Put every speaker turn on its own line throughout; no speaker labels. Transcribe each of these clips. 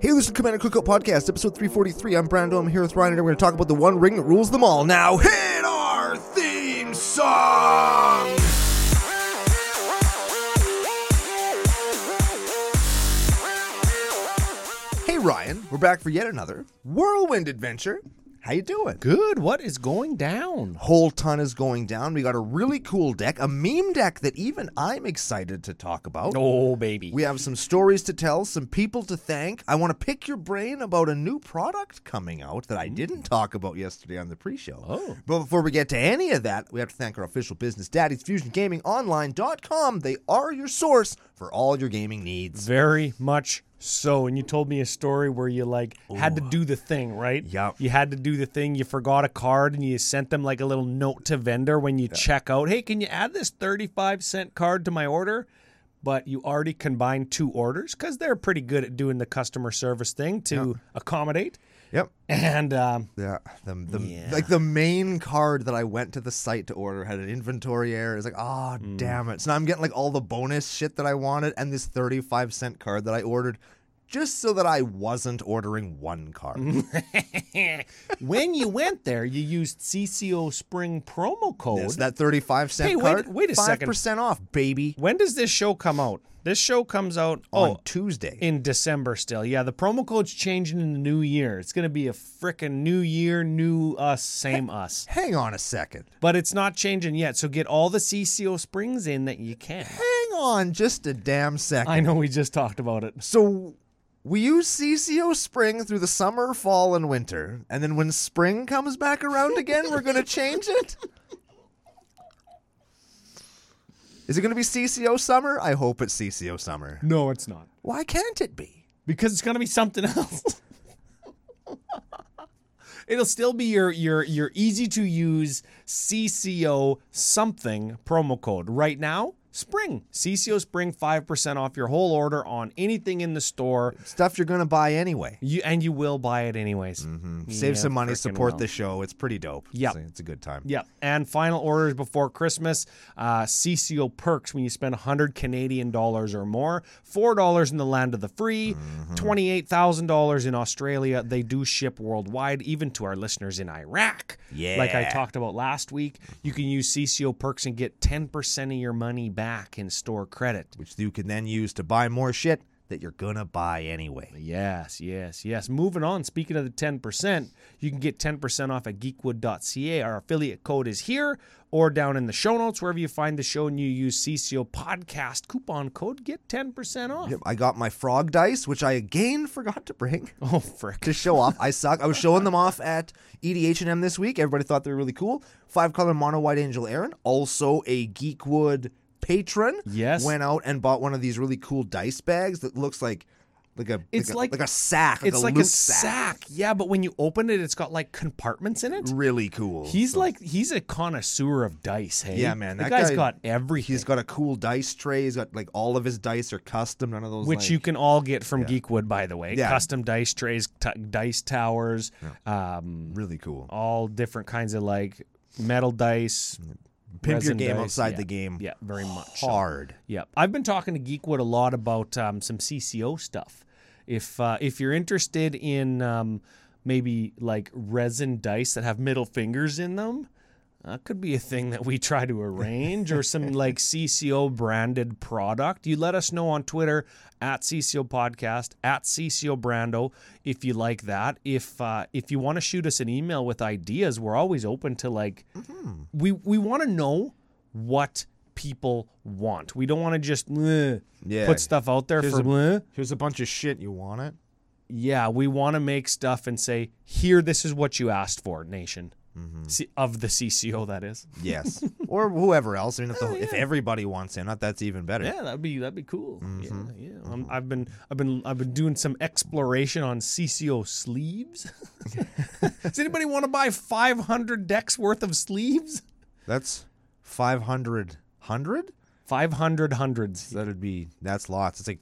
Hey, this is the Commander Cookout Podcast, episode 343. I'm Brando. I'm here with Ryan, and we're going to talk about the one ring that rules them all. Now, hit our theme song! Hey, Ryan. We're back for yet another whirlwind adventure. How you doing?
Good. What is going down?
whole ton is going down. We got a really cool deck, a meme deck that even I'm excited to talk about.
Oh, baby.
We have some stories to tell, some people to thank. I want to pick your brain about a new product coming out that I didn't talk about yesterday on the pre-show.
Mm. Oh.
But before we get to any of that, we have to thank our official business daddies, FusionGamingOnline.com. They are your source for all your gaming
Mm.
needs.
Very much so. And you told me a story where you like had to do the thing, right?
Yup.
You had to do the thing. You forgot a card and you sent them like a little note to vendor when you check out. Hey, can you add this 35 cent card to my order? But you already combined two orders because they're pretty good at doing the customer service thing to accommodate.
Yep.
And um,
Yeah, the, the
Yeah.
like the main card that I went to the site to order had an inventory error. It's like, oh
Mm.
damn it! So now I'm getting like all the bonus shit that I wanted, and this 35 cent card that I ordered, just so that I wasn't ordering one card.
when you went there, you used CCO Spring promo code.
Yes, that 35 cent
Hey, wait-
card,
wait a second.
percent off, baby,
When does this show come out? This show comes out
on
oh
Tuesday.
in December still. Yeah, the promo code's changing in the new year. It's gonna be a frickin' new year, new us, same us.
Hang on a second.
But it's not changing yet. So get all the CCO springs in that you can.
Hang on just a damn second.
I know we just talked about it.
So we use CCO spring through the summer, fall, and winter, and then when spring comes back around again, we're gonna change it. Is it gonna be CCO summer? I hope it's CCO summer.
No, it's not.
Why can't it be?
Because it's gonna be something else. It'll still be your your your easy to use CCO something promo code. Right now, spring. CCO spring 5% off your whole order on anything in the store.
Stuff you're gonna buy anyway.
You and you will buy it anyways. Mm-hmm.
Save some money, support the show. It's pretty dope.
Yep.
It's a- it's a good time.
Yep. And final orders before Christmas, uh, CCO perks when you spend 100 Canadian dollars or more, $4 in the land of the free, $28,000 in Australia. They do ship worldwide, even to our listeners in Iraq. Like I
Yeah.
talked about last week, you can use CCO perks and get 10% of your money back in store credit.
Which you can then use to buy more shit that you're gonna buy anyway.
Yes, yes, yes. Moving on, speaking of the 10%, you can get 10% off at geekwood.ca. Our affiliate code is here or down in the show notes, wherever you find the show and you use CCO podcast coupon code, get 10% off.
Yep, I got my frog dice, which I again forgot to bring.
Oh, frick.
to show off. I suck. I was showing them off at E EDH&M this week. Everybody thought they were really cool. Five color mono white angel Aaron, also a Geekwood patron,
Yes.
went out and bought one of these really cool dice bags that looks like like a
It's
like a,
like-
like a sack.
It's like a
loot
sack. Yeah, but when you open it, it's got like compartments in it.
Really cool.
He's like, he's a connoisseur of dice, hey?
Yeah, man,
The
that
guy's
guy-
got everything.
He's got a cool dice tray. He's got like all of his dice are custom. None of those
which
like-
you can all get from Geekwood, by the way.
Yeah.
Custom dice trays, t- dice towers, um,
really cool.
all different kinds of like metal dice.
Pimp your
resin
game
dice.
outside
Yeah.
the game.
Yeah, very much. so.
Hard.
Yeah, I've been talking to Geekwood a lot about um, some CCO stuff. If uh, if you're interested in um, maybe like resin dice that have middle fingers in them, that could be a thing that we try to arrange, or some like CCO branded product. You let us know on Twitter at CCO Podcast at CCO Brando if you like that. If uh, if you want to shoot us an email with ideas, we're always open to like we we want to know what people want. We don't want to just "Meh,"
Yeah.
put stuff out there for "Meh."
Here's a bunch of shit. You want it?
yeah. We want to make stuff and say, here, this is what you asked for, nation
Mm-hmm.
C- of the CCO. That is.
Yes. or whoever else. I mean, if, the, if everybody wants in, that's even better.
Yeah, that'd be that'd be cool.
Mm-hmm.
Yeah, yeah. Um, I've been I've been I've been doing some exploration on CCO sleeves. Does anybody want to buy 500 decks worth of sleeves?
That's 500 hundred?
500 hundreds.
That'd be that's lots. It's like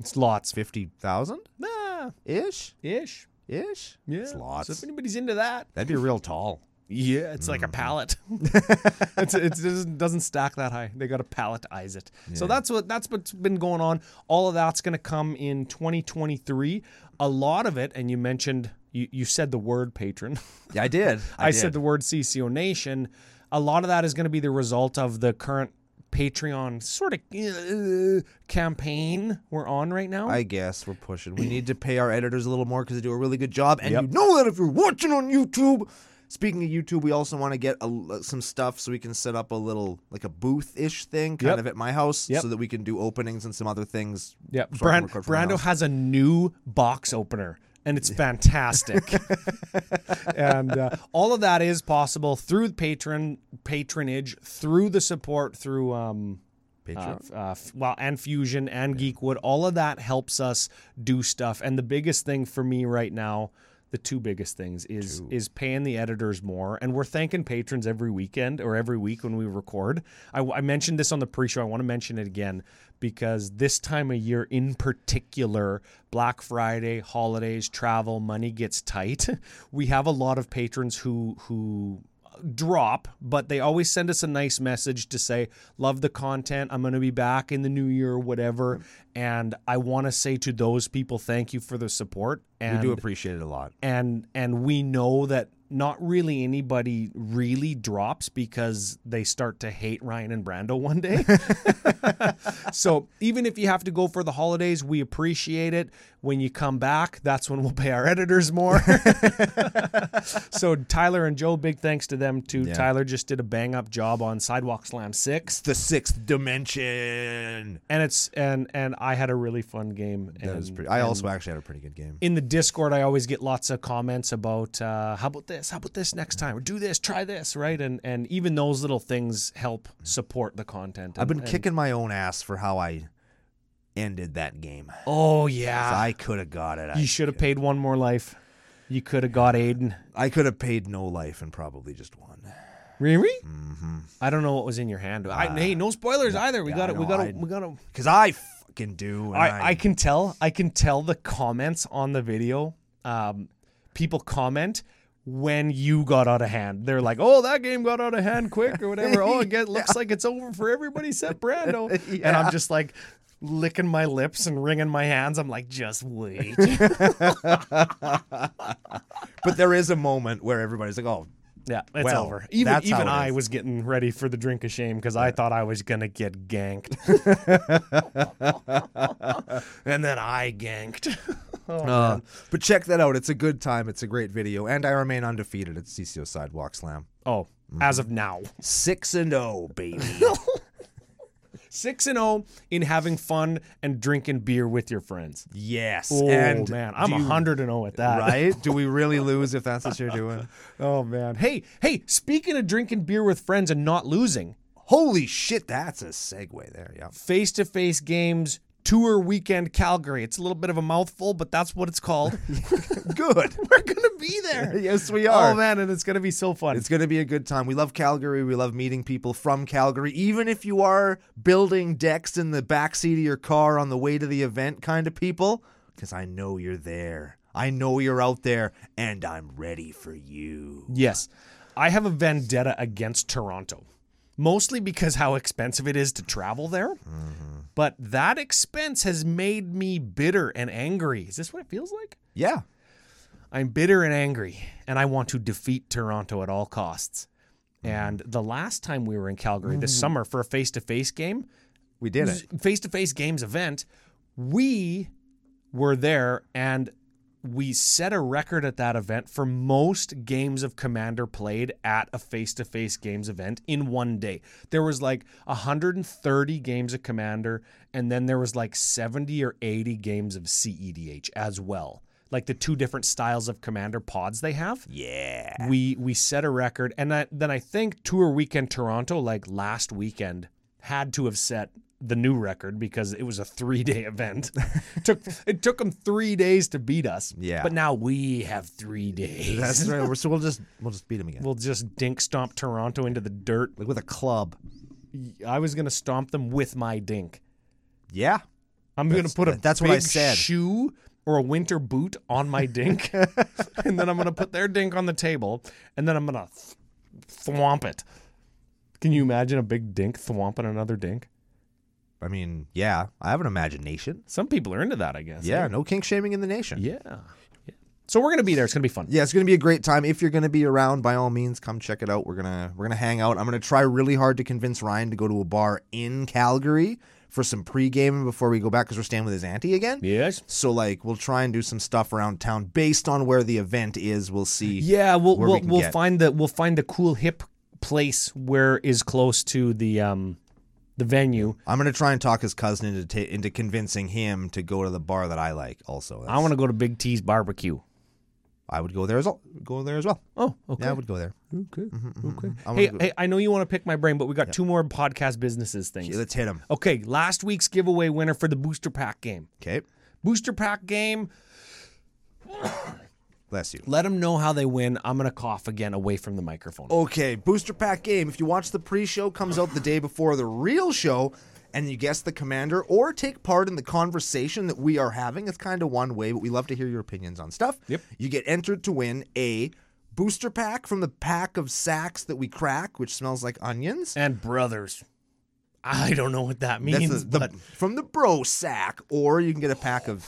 It's lots.
50,000
Ah,
ish,
ish.
ish.
Yeah.
It's lots.
So if anybody's into that,
That'd be real tall.
Yeah, it's like a pallet. it's, it's, it doesn't- doesn't stack that high. They got to palletize it. So that's what that's what's been going on. All of that's going to come in 2023. A lot of it, and you mentioned you, you said the word patron.
Yeah, I did.
I, said the word CCO Nation. A lot of that is going to be the result of the current Patreon sort of uh, campaign we're on right now.
I guess we're pushing. We need to pay our editors a little more because they do a really good job. And you know that if you're watching on YouTube. Speaking of YouTube, we also want to get a, uh, some stuff so we can set up a little, like a booth ish thing, kind
Yep.
of at my house,
Yep.
so that we can do openings and some other things. so
yeah,
I can
Brand,
record from my
Brando
house.
has a new box opener. And it's fantastic, and uh, all of that is possible through patron patronage, through the support, through um,
Patreon.
uh, f- uh, f- well, and Fusion and Geekwood. All of that helps us do stuff. And the biggest thing for me right now, the two biggest things is is paying the editors more. And we're thanking patrons every weekend or every week when we record. I, I mentioned this on the pre-show. I want to mention it again because this time of year, in particular, Black Friday, holidays, travel, money gets tight. we have a lot of patrons who who drop, but they always send us a nice message to say, Love the content. I'm going to be back in the new year, or whatever. And I want to say to those people, thank you for the support. And
we do appreciate it a lot.
and and we know that not really anybody really drops because they start to hate Ryan and Brando one day. so even if you have to go for the holidays, we appreciate it. When you come back, that's when we'll pay our editors more. so Tyler and Joe, big thanks to them too. Tyler just did a bang up job on Sidewalk Slam Six,
The sixth dimension.
and it's and and I had a really fun game.
That
and-
was pretty. I also actually had a pretty good game.
in the Discord, I always get lots of comments about uh, how about this, how about this next time, or do this, try this, right? And and even those little things help support the content.
I've been
And-
kicking my own ass for how I ended that game.
and- oh yeah,
I could have got it. I,
you should have paid one more life. You could have got Aiden.
I could have paid no life and probably just won.
Really? Mm-hmm. I don't know what was in your hand. I, hey, no spoilers either. We
Uh, yeah,
got it.
I
We
know,
got
I-
it. We got it.
Because I fucking do. and
I, I can tell I can tell the comments on the video. Um, people comment when you got out of hand. They're like, "Oh, that game got out of hand quick or whatever." oh, it get, looks like it's over for everybody except Brando. And I'm just like licking my lips and wringing my hands. I'm like, "Just wait."
but there is a moment where everybody's like, "Oh,
yeah, it's
Well,
over. Even
that's how
even
it
I
is.
was getting ready for the drink of shame because I thought I was gonna get ganked, and then I ganked.
uh, but check that out. It's a good time. It's a great video, and I remain undefeated at CCO Sidewalk Slam.
Oh,
Mm-hmm.
as of now.
Six and oh, baby.
Six and zero in having fun and drinking beer with your friends.
yes.
Oh
and
man, I'm
do you-
hundred and zero at that.
Right? Do we really lose if that's what you're doing?
Oh man. Hey, hey. Speaking of drinking beer with friends and not losing,
Holy shit, that's a segue there. Yeah.
face to face games, tour weekend Calgary. It's a little bit of a mouthful, but that's what it's called.
Good.
We're gonna be there.
yes, we are.
Oh man, and it's gonna be so fun.
It's going to be a good time. We love Calgary. We love meeting people from Calgary. Even if you are building decks in the backseat of your car on the way to the event kind of people, because I know you're there. I know you're out there, and I'm ready for you.
yes, I have a vendetta against Toronto, mostly because how expensive it is to travel there. But that expense has made me bitter and angry. Is this what it feels like?
Yeah.
I'm bitter and angry, and I want to defeat Toronto at all costs. And the last time we were in Calgary this summer for a face to face game,
We did it.
face to face games event, we were there and we set a record at that event for most games of Commander played at a face to face games event in one day. There was like 130 games of Commander, and then there was like 70 or 80 games of CEDH as well. Like the two different styles of Commander pods they have
Yeah.
we we set a record and that, then i think tour weekend toronto like last weekend had to have set the new record because it was a three-day event took it took them three days to beat us
Yeah.
but now we have three days
That's right. We're- So we'll just we'll just beat him again,
we'll just dink stomp toronto into the dirt
like with a club.
i was gonna stomp them with my dink
Yeah.
i'm gonna put a
that's
big
what I said.
shoe or a winter boot on my dink and then i'm gonna put their dink on the table and then i'm gonna thwomp it. Can you imagine a big dink thwomping another dink?
I mean, yeah, I have an imagination.
Some people are into that, I guess.
Yeah,
eh?
no kink shaming in the nation.
Yeah. Yeah. So we're gonna be there. It's gonna be fun.
Yeah, it's gonna be a great time. If you're gonna be around, by all means, come check it out. We're gonna we're gonna hang out. I'm gonna try really hard to convince Ryan to go to a bar in Calgary for some pre-gaming before we go back because we're staying with his auntie again.
Yes.
So like, we'll try and do some stuff around town based on where the event is. We'll see.
Yeah, we'll
Where we
we'll,
can
we'll
get.
find the we'll find the cool hip place where is close to the um the venue.
I'm gonna try and talk his cousin into ta- into convincing him to go to the bar that I like. Also,
I want to go to Big T's barbecue.
I would go there as well. Go there as well.
Oh, okay.
Yeah, I would go there.
okay. Okay.
Mm-hmm, I wanna
Hey,
go-
hey, I know you want to pick my brain, but we got two more podcast businesses things.
Yeah, Let's hit him.
Okay, last week's giveaway winner for the booster pack game.
Okay,
Booster pack game.
bless you.
Let them know how they win. I'm gonna cough again away from the microphone.
Okay, booster pack game. If you watch the pre-show, comes out the day before the real show, and you guess the commander or take part in the conversation that we are having. It's kind of one way, but we love to hear your opinions on stuff.
Yep.
You get entered to win a booster pack from the pack of sacks that we crack, which smells like onions.
And brothers, I don't know what that means.
That's the, the,
but
from the bro sack, or you can get a pack of.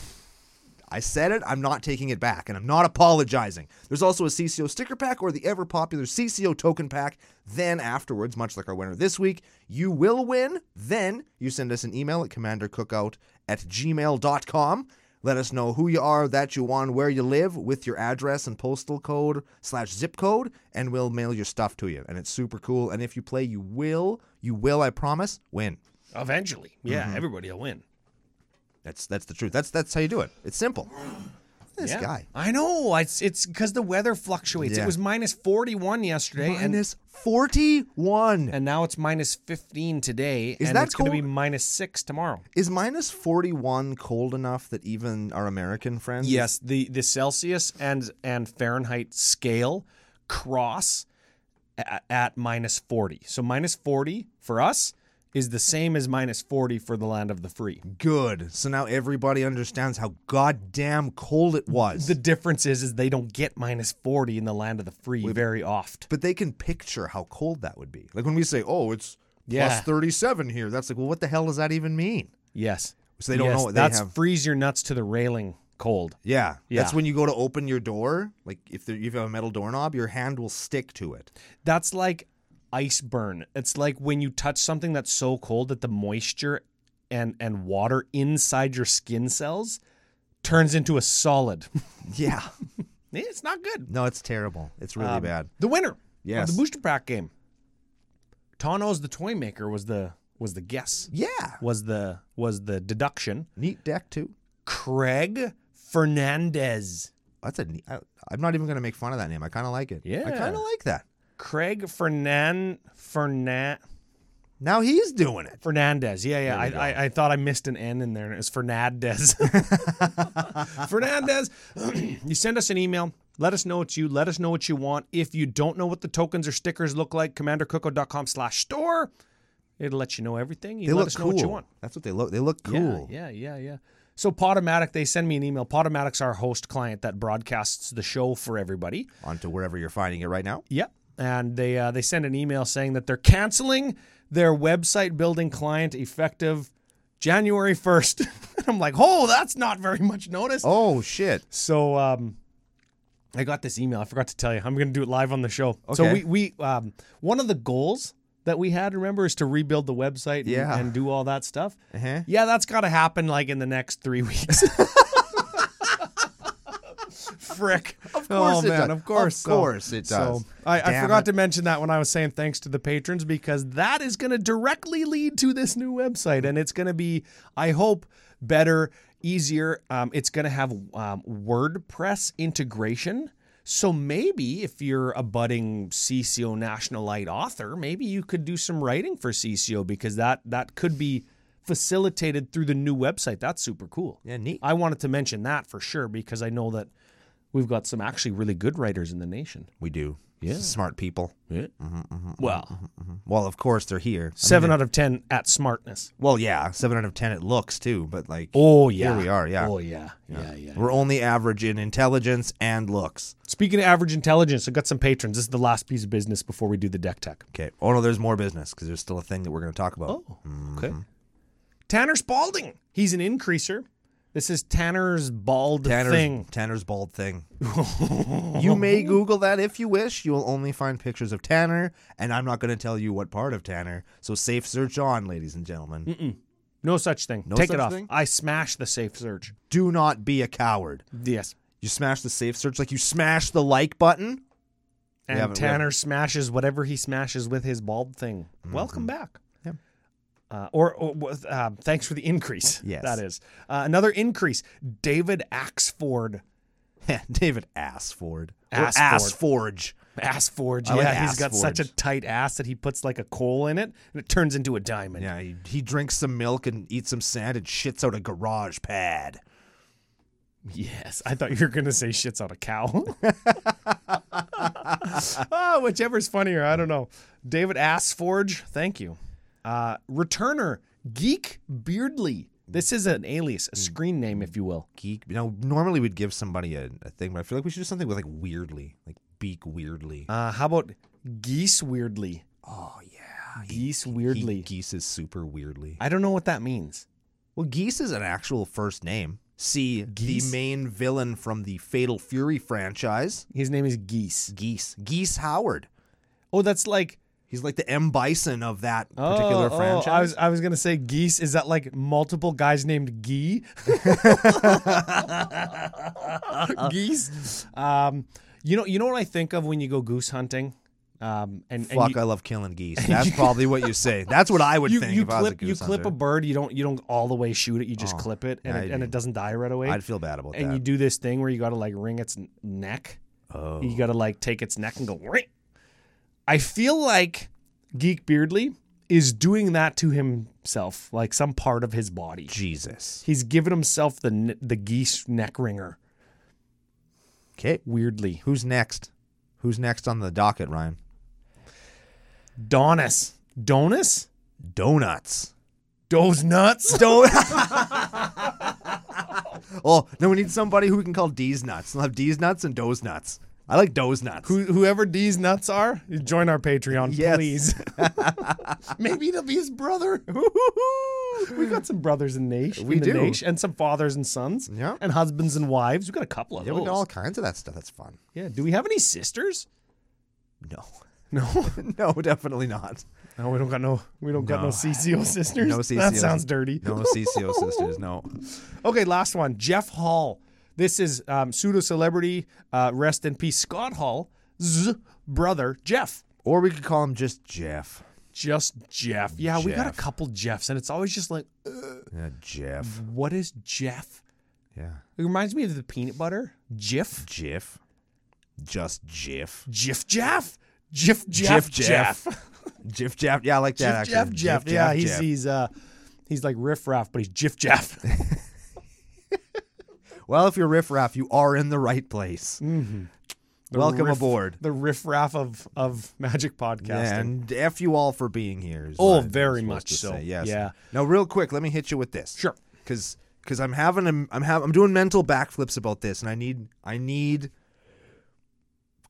I said it. I'm not taking it back, and I'm not apologizing. There's also a CCO sticker pack or the ever popular CCO token pack. Then afterwards, much like our winner this week, you will win. Then you send us an email at commandercookout at gmail.com. Let us know who you are, that you won, where you live, with your address and postal code slash zip code, and we'll mail your stuff to you. And it's super cool. And if you play, you will, you will, I promise, win.
eventually, yeah,
Mm-hmm.
everybody will win.
That's that's the truth. That's that's how you do it. It's simple. This
Yeah.
guy.
I know. It's it's because the weather fluctuates.
Yeah.
It was minus 41 yesterday, and,
Minus forty one.
and now it's minus 15 today, and
that
it's going to be
cold?
minus six tomorrow.
Is minus forty one cold enough that even our American friends
Yes, the the Celsius and and Fahrenheit scale cross at, at minus 40. So minus 40 for us is the same as minus 40 for the land of the free.
good. So now everybody understands how goddamn cold it was.
The difference is is they don't get minus 40 in the land of the free very oft.
but they can picture how cold that would be. Like when we say, Oh, it's
Yeah.
plus thirty seven here, that's like, well, what the hell does that even mean?
Yes.
So they don't
Yes,
know what they
that's
have.
freeze your nuts to the railing cold.
Yeah. That's
Yeah.
when you go to open your door. Like if there, you have a metal doorknob, your hand will stick to it.
That's like ice burn. It's like when you touch something that's so cold that the moisture and and water inside your skin cells turns into a solid.
Yeah.
it's not good.
No, it's terrible. It's really bad.
The winner
Yes.
of the booster pack game. Tano's the toy maker was the was the guess.
Yeah.
Was the was the deduction.
Neat deck too.
Craig Fernandez.
That's a neat. I, I'm not even gonna make fun of that name. I kind of like it. I
Yeah.
kind of like that.
Craig Fernan Fernan
Now he's doing it.
Fernandez. Yeah, yeah. I, I, I thought I missed an N in there, and it was Fernandez. Fernandez, you send us an email. Let us know it's you. Let us know what you want. If you don't know what the tokens or stickers look like, commandercoco.com slash store. It'll let you know everything. You
They
let
look
us know
cool.
what you want.
That's what they look. They look cool.
Yeah, yeah, yeah, yeah. So Podomatic, they send me an email. Podomatic's our host client that broadcasts the show for everybody.
Onto wherever you're finding it right now.
Yep. And they uh, they send an email saying that they're canceling their website building client effective January first. and I'm like, oh, that's not very much notice.
Oh shit.
So um, I got this email. I forgot to tell you. I'm going to do it live on the show. So
Okay.
we we um, one of the goals that we had, remember, is to rebuild the website and,
Yeah.
and do all that stuff.
Uh-huh.
Yeah, that's got to happen like in the next three weeks. Frick.
course
Of oh,
it
man,
does.
Of course.
Of
so-
course it does.
So I, I
Damn
forgot
it.
to mention that when I was saying thanks to the patrons because that is going to directly lead to this new website and it's going to be, I hope, better, easier. Um, it's going to have um, WordPress integration. So maybe if you're a budding CCO National Light author, maybe you could do some writing for CCO because that that could be facilitated through the new website. That's super cool.
Yeah, neat.
I wanted to mention that for sure because I know that we've got some actually really good writers in the nation.
We do. S- Smart people.
yeah.
mm-hmm,
well,
Well, of course they're here.
seven out of ten at smartness.
Well, yeah, seven out of ten it looks too, but like
Oh yeah,
we are, yeah.
Oh yeah, yeah, yeah.
we're only average in intelligence and looks.
Speaking of average intelligence, I've got some patrons. This is the last piece of business before we do the deck tech.
Okay. Oh no, there's more business because there's still a thing that we're going to talk about.
Oh, okay.
mm-hmm.
Tanner Spalding. He's an increaser. This is Tanner's bald
Tanner's,
thing.
Tanner's bald thing. you may Google that if you wish. You will only find pictures of Tanner, and I'm not going to tell you what part of Tanner. So safe search on, ladies and gentlemen.
No such thing. Take
such
it off.
thing?
I smash the safe search.
Do not be a coward.
Yes.
You smash the safe search like you smash the like button.
And
haven't- we
Tanner smashes whatever he smashes with his bald thing. Welcome back.
Mm-hmm. Yeah.
Uh, or or with, uh, thanks for the increase.
Yes.
That is. Uh, another increase. David Axford.
David Assford. Or
Assford.
Assforge.
Assforge.
I like
yeah, he's got such a
Assforge.
tight ass that he puts like a coal in it and it turns into a diamond.
Yeah, he, he drinks some milk and eats some sand and shits out a garage pad.
Yes, I thought you were gonna say shits on a cow. oh, whichever's funnier, I don't know. David Assforge, thank you. Uh, returner Geek Beardly. This is an alias, a screen name, if you will.
Geek. You know, normally we'd give somebody a, a thing, but I feel like we should do something with like weirdly, like beak weirdly.
Uh, how about Geese Weirdly?
Oh yeah, he-
Geese
he-
Weirdly.
geese is super weirdly.
I don't know what that means.
Well, Geese is an actual first name. See
Geese?
the main villain from the Fatal Fury franchise,
His name is Geese.
Geese. Geese Howard.
Oh, that's like
He's like the M Bison of that
oh,
particular
oh,
franchise.
I was I was gonna say Geese. Is that like multiple guys named Gee? geese. Um, you know, you know what I think of when you go goose hunting, um, and, and
Fuck,
you,
I love killing geese. That's probably what you say. That's what I would
you,
think
you
if I was a
clip
goose
you clip a
hunter. Oh,
bird. You don't you don't all the way shoot it. You just clip it, and
I
it, and
do.
it doesn't die right away.
I'd feel bad about
and
that.
you do this thing where you got to like wring its n- neck.
oh.
You got to like take its neck and go. Ring. I feel like Geek Beardly is doing that to himself, like some part of his body.
Jesus.
He's given himself the n- the geese neck ringer.
Okay.
Weirdly,
Who's next? Who's next on the docket, Ryan?
Donis, Donis,
Donuts.
those nuts.
Don- oh, no, we need somebody who we can call D's nuts. We'll have D's nuts and Doe's nuts. I like Doe's nuts.
Who, whoever these nuts are, join our Patreon,
Yes.
please. Maybe it'll be his brother. we got some brothers in Nash.
We
in the
do.
Naish, and some fathers and sons.
Yeah.
And husbands and wives. We've got a couple of
yeah, we
those.
got all kinds of that stuff. That's fun.
yeah. Do we have any sisters?
No.
No.
no, definitely not.
no, we don't got no we don't got no
No.
CCO sisters.
No
That
CCO.
sounds dirty.
No CCO sisters, no.
Okay, last one. Jeff Hall. This is um, pseudo celebrity, uh, rest in peace, Scott Hall's brother, Jeff.
Or we could call him just Jeff.
Just Jeff. Yeah, we got a
Jeff.
couple Jeffs, and it's always just like,
Yeah, Jeff.
what is Jeff?
Yeah.
It reminds me of the peanut butter. Jif.
Jiff. Just Jiff.
Jif Jeff. Jif Jeff.
Jif Jeff. Jiff Jeff. Yeah, I like that
Jif
actually.
Jeff
Jif
Jeff. Yeah, he's
Jeff.
he's uh he's like riff raff, but he's Jif Jeff.
Well, if you're riffraff, you are in the right place. Welcome
riff-
aboard.
Mm-hmm. the riff raff of of magic podcasting.
And F you all for being here. is
Oh,
what I'm
very
supposed
much
to
so.
say, Yes.
Yeah.
Now, real quick, let me hit you with this.
Sure.
Because because I'm having a, I'm have I'm doing mental backflips about this, and I need I need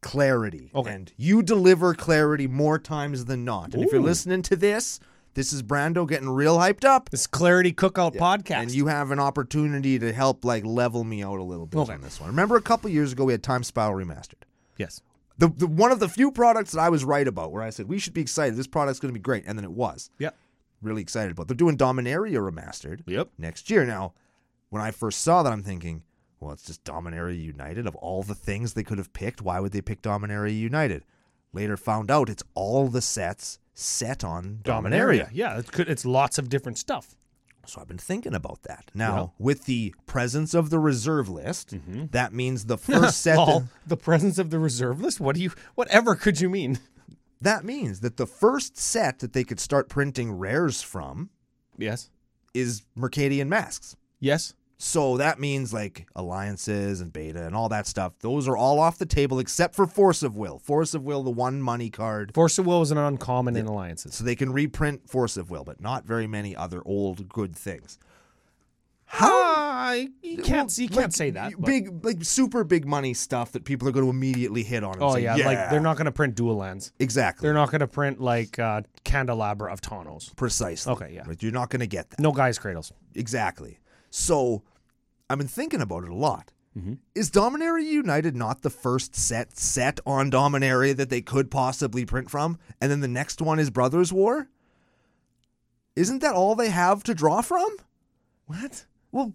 clarity.
Okay.
And you deliver clarity more times than not. And if you're
Ooh.
listening to this, this is Brando getting real hyped up.
This Clarity Cookout podcast.
And you have an opportunity to help like level me out a little bit
Okay.
on this one. Remember a couple years ago we had Time Spiral Remastered
yes.
the, the one of the few products that I was right about, where I said we should be excited. This product's going to be great, and then it was
Yep.
really excited about. They're doing Dominaria remastered
Yep.
next year. Now, when I first saw that, I'm thinking, well, it's just Dominaria United. Of all the things they could have picked, why would they pick Dominaria United? Later, found out it's all the sets set on Dominaria.
Yeah, it's good. It's lots of different stuff.
So I've been thinking about that. Now, with the presence of the reserve list, that means the first set.
Lol.
that-
the presence of the reserve list. What do you? Whatever could you mean?
that means that the first set that they could start printing rares from
Yes.
is Mercadian masks.
Yes.
So that means like alliances and beta and all that stuff. Those are all off the table except for Force of Will. Force of Will, the one money card.
Force of Will is an uncommon in alliances.
So they can reprint Force of Will, but not very many other old good things. How
Ah, you can't, you can't
like,
say that. but-
big like super big money stuff that people are going to immediately hit on. and
oh
say,
yeah, like they're not going to print dual lands.
exactly
They're not going to print like uh, candelabra of Tonos.
precisely.
Okay, yeah.
Like, you're not going to get that.
No guys cradles.
Exactly. So I've been thinking about it a lot.
Mm-hmm.
Is Dominaria United not the first set set on Dominaria that they could possibly print from? And then the next one is Brothers War? Isn't that all they have to draw from?
What?
Well,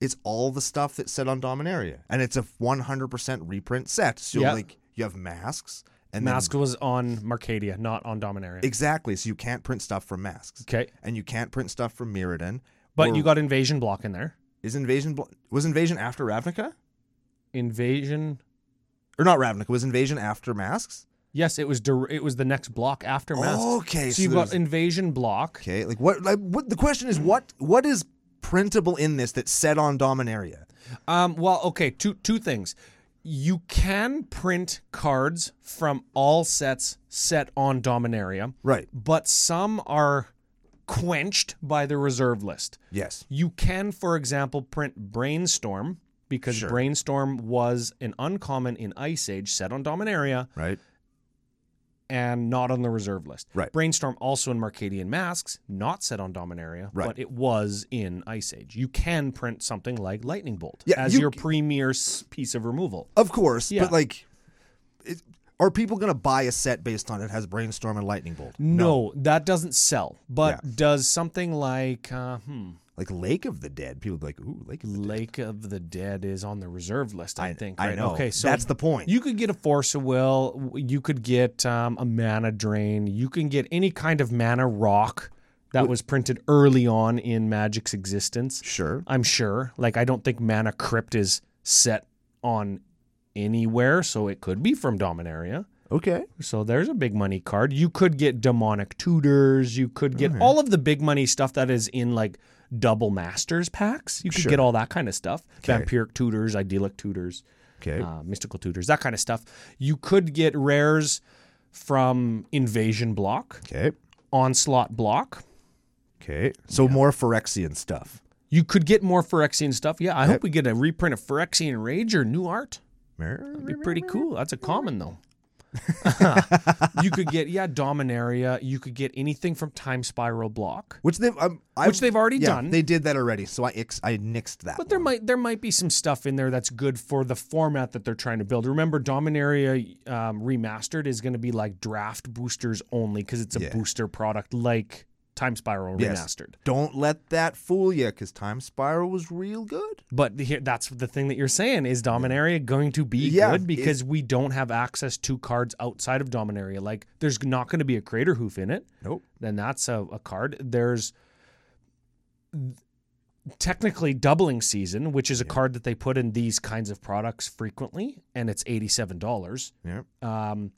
it's all the stuff that's set on Dominaria. And it's a 100% reprint set. So
Yeah.
like you have masks and then-
Mask was on Marcadia, not on Dominaria.
exactly. So you can't print stuff from masks.
okay,
And you can't print stuff from Mirrodin.
but
or-
you got invasion block in there.
is invasion blo- was invasion after Ravnica?
Invasion.
or not Ravnica was Invasion after Masks.
Yes, it was. dir- it was the next block after Mask.
Okay,
Oh, so you
there's-
got invasion block.
okay, like what? Like what? The question is what? What is printable in this that's set on Dominaria?
Um, well, okay, two two things. You can print cards from all sets set on Dominaria,
Right.
but some are quenched by the reserve list.
Yes.
You can, for example, print Brainstorm because Brainstorm was an uncommon in Ice Age set on Dominaria
Right.
and not on the reserve list.
Right.
Brainstorm also in Marcadian Masks, not set on Dominaria,
Right.
but it was in Ice Age. You can print something like Lightning Bolt
Yeah,
as
you-
your premier s- piece of removal.
Of course,
Yeah.
but like, it, are people gonna buy a set based on it has Brainstorm and Lightning Bolt?
No, that doesn't sell. But does something like uh, hmm,
Like Lake of the Dead, people be like, ooh, Lake of the
Lake of the Dead is on the reserve list, I, think.
I
right?
know.
Okay, so
that's the point.
You could get a Force of Will. w- You could get um, a Mana Drain. You can get any kind of Mana Rock that was printed early on in Magic's existence.
sure.
I'm sure. Like, I don't think Mana Crypt is set on anywhere, so it could be from Dominaria.
Okay.
So there's a big money card. You could get Demonic Tutors. You could get all of the big money stuff that is in like double masters packs. You could get all that kind of stuff. Vampiric Tutors, Idyllic Tutors
Okay.
uh, mystical tutors, that kind of stuff. You could get rares from invasion block,
okay.
onslaught block.
Okay. So more Phyrexian stuff.
You could get more Phyrexian stuff. Yeah, I hope we get a reprint of Phyrexian Rager, new art. Be pretty cool. That's a common though. you could get yeah Dominaria. You could get anything from Time Spiral block,
Which they've um, I've,
which they've already
yeah,
done.
They did that already, so I ex- I nixed that.
But there might there might be some stuff in there that's good for the format that they're trying to build. Remember, Dominaria um, remastered is going to be like draft boosters only because it's a
Yeah.
booster product, like Time Spiral
Yes.
remastered.
Don't let that fool you, because Time Spiral was real good.
But here, that's the thing that you're saying is Dominaria going to be
Yeah,
good because we don't have access to cards outside of Dominaria. Like, there's not going to be a Crater Hoof in it.
Nope.
then that's a, a card. There's technically doubling season, which is a card that they put in these kinds of products frequently, and it's eighty-seven dollars.
Yeah.
Um,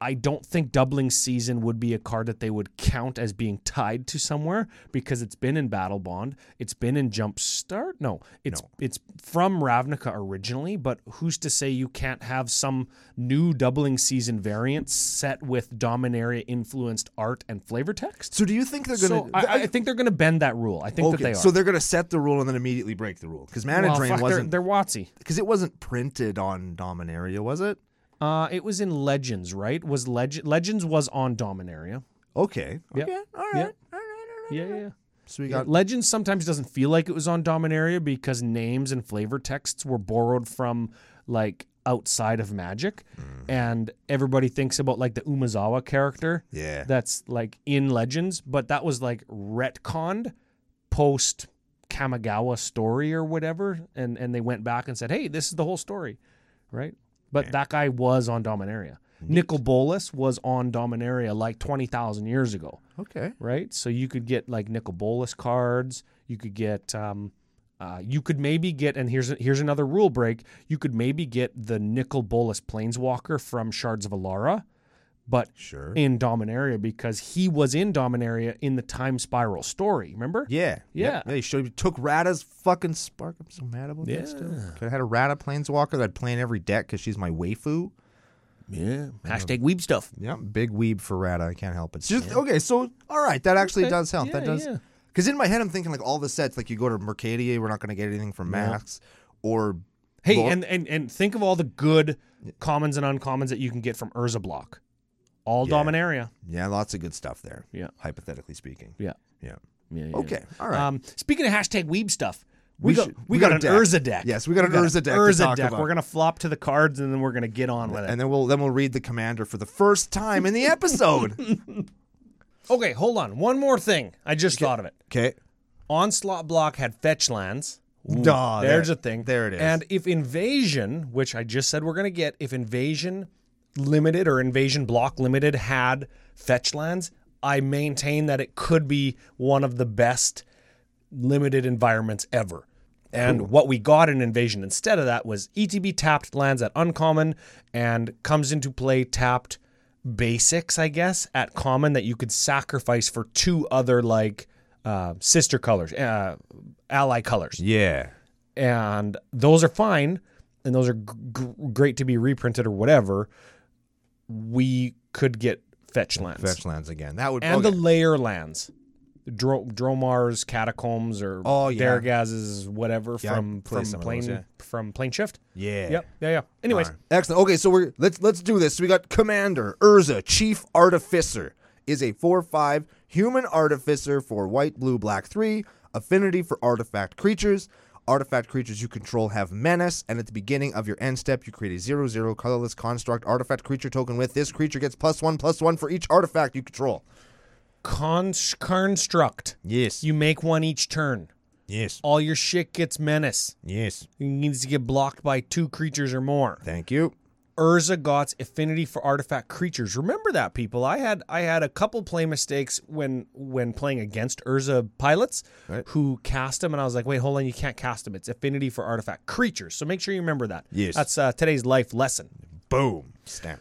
I don't think doubling season would be a card that they would count as being tied to somewhere because it's been in Battle Bond, it's been in Jumpstart. No, it's it's from Ravnica originally, but who's to say you can't have some new doubling season variant set with Dominaria influenced art and flavor text?
So do you think they're gonna?
So I, I think they're going to bend that rule. I think that
okay.
they are.
so they're gonna set the rule and then immediately break the rule because Mana
Well,
Drain
fuck, they're-
wasn't
They're, Watsy.
because it wasn't printed on Dominaria, was it?
Uh, it was in Legends, right? Was Legend Legends was on Dominaria?
Okay.
Yep.
Okay. All right.
Yep.
All right. All right.
Yeah, yeah. yeah.
So we got
Legends sometimes doesn't feel like it was on Dominaria because names and flavor texts were borrowed from like outside of Magic, and everybody thinks about like the Umazawa character
yeah.
that's like in Legends, but that was like retconned post Kamigawa story or whatever, and and they went back and said, hey, this is the whole story, right? But that guy was on Dominaria. Nicol Bolas was on Dominaria like twenty thousand years ago
okay.
right? So you could get like nickel bolus cards. You could get, um, uh, you could maybe get, and here's here's another rule break. You could maybe get the nickel bolus planeswalker from Shards of Alara, but
Sure.
in Dominaria because he was in Dominaria in the Time Spiral story. Remember?
Yeah.
Yeah.
Yep. Yeah. He showed, he took Rata's fucking spark. I'm so mad about that still. Could have had a Rata planeswalker that I'd play in every deck because she's my waifu.
Yeah. Hashtag weeb stuff.
Yeah, big weeb for Rata. I can't help it. It's just okay. So all right, that actually
Okay.
does help. that
Yeah,
does
yeah.
because in my head I'm thinking like all the sets. Like you go to Mercadia, we're not going to get anything from Max or
Hey,
Lord-
and, and and think of all the good commons and uncommons that you can get from Urza block. All Dominaria.
yeah, lots of good stuff there.
Yeah.
hypothetically speaking.
Yeah.
Yeah.
Yeah, yeah.
Okay. All right.
Um, speaking of hashtag weeb stuff, we,
We
got,
should-
we,
we
got,
got a
an
deck.
Urza deck.
Yes, we got an
got
Urza deck to
Urza
talk
deck.
about.
We're gonna flop to the cards and then we're gonna get on with it.
and then we'll then we'll read the commander for the first time in the episode.
okay, hold on. One more thing. I just thought of it.
okay.
Onslaught block had fetch lands. Ooh,
Duh,
there's
there-
a thing.
there it is.
And if invasion, which I just said we're gonna get, if invasion limited or invasion block limited had fetch lands, I maintain that it could be one of the best limited environments ever. And what we got in Invasion instead of that was ETB tapped lands at uncommon and comes into play tapped basics, I guess, at common that you could sacrifice for two other like uh, sister colors, uh, ally colors
Yeah.
and those are fine and those are g- g- great to be reprinted or whatever we could get fetch lands
Fetch lands again. That would
and
okay.
the layer lands Dro- dromar's catacombs or
Oh, yeah.
Daragaz's whatever
Yeah, I'd
from
play
from
some of
plane
those, yeah.
from plane shift
yeah.
yep yeah yeah anyways
All right. Excellent. Okay, so we're let's let's do this. We got Commander Urza, Chief Artificer, is a four-five human artificer for white, blue, black three. Affinity for artifact creatures. Artifact creatures you control have menace, and at the beginning of your end step, you create a zero-zero colorless construct artifact creature token with this creature gets plus one plus one for each artifact you control.
Cons- construct
Yes.
you make one each turn
yes.
all your shit gets menace
Yes.
it needs to get blocked by two creatures or more
Thank you.
Urza Gott's affinity for artifact creatures. Remember that, people. I had I had a couple play mistakes when when playing against Urza pilots
Right.
who cast them, and I was like, wait, hold on, you can't cast them. It's affinity for artifact creatures. So make sure you remember that.
Yes.
that's uh, today's life lesson.
Boom. Stamp.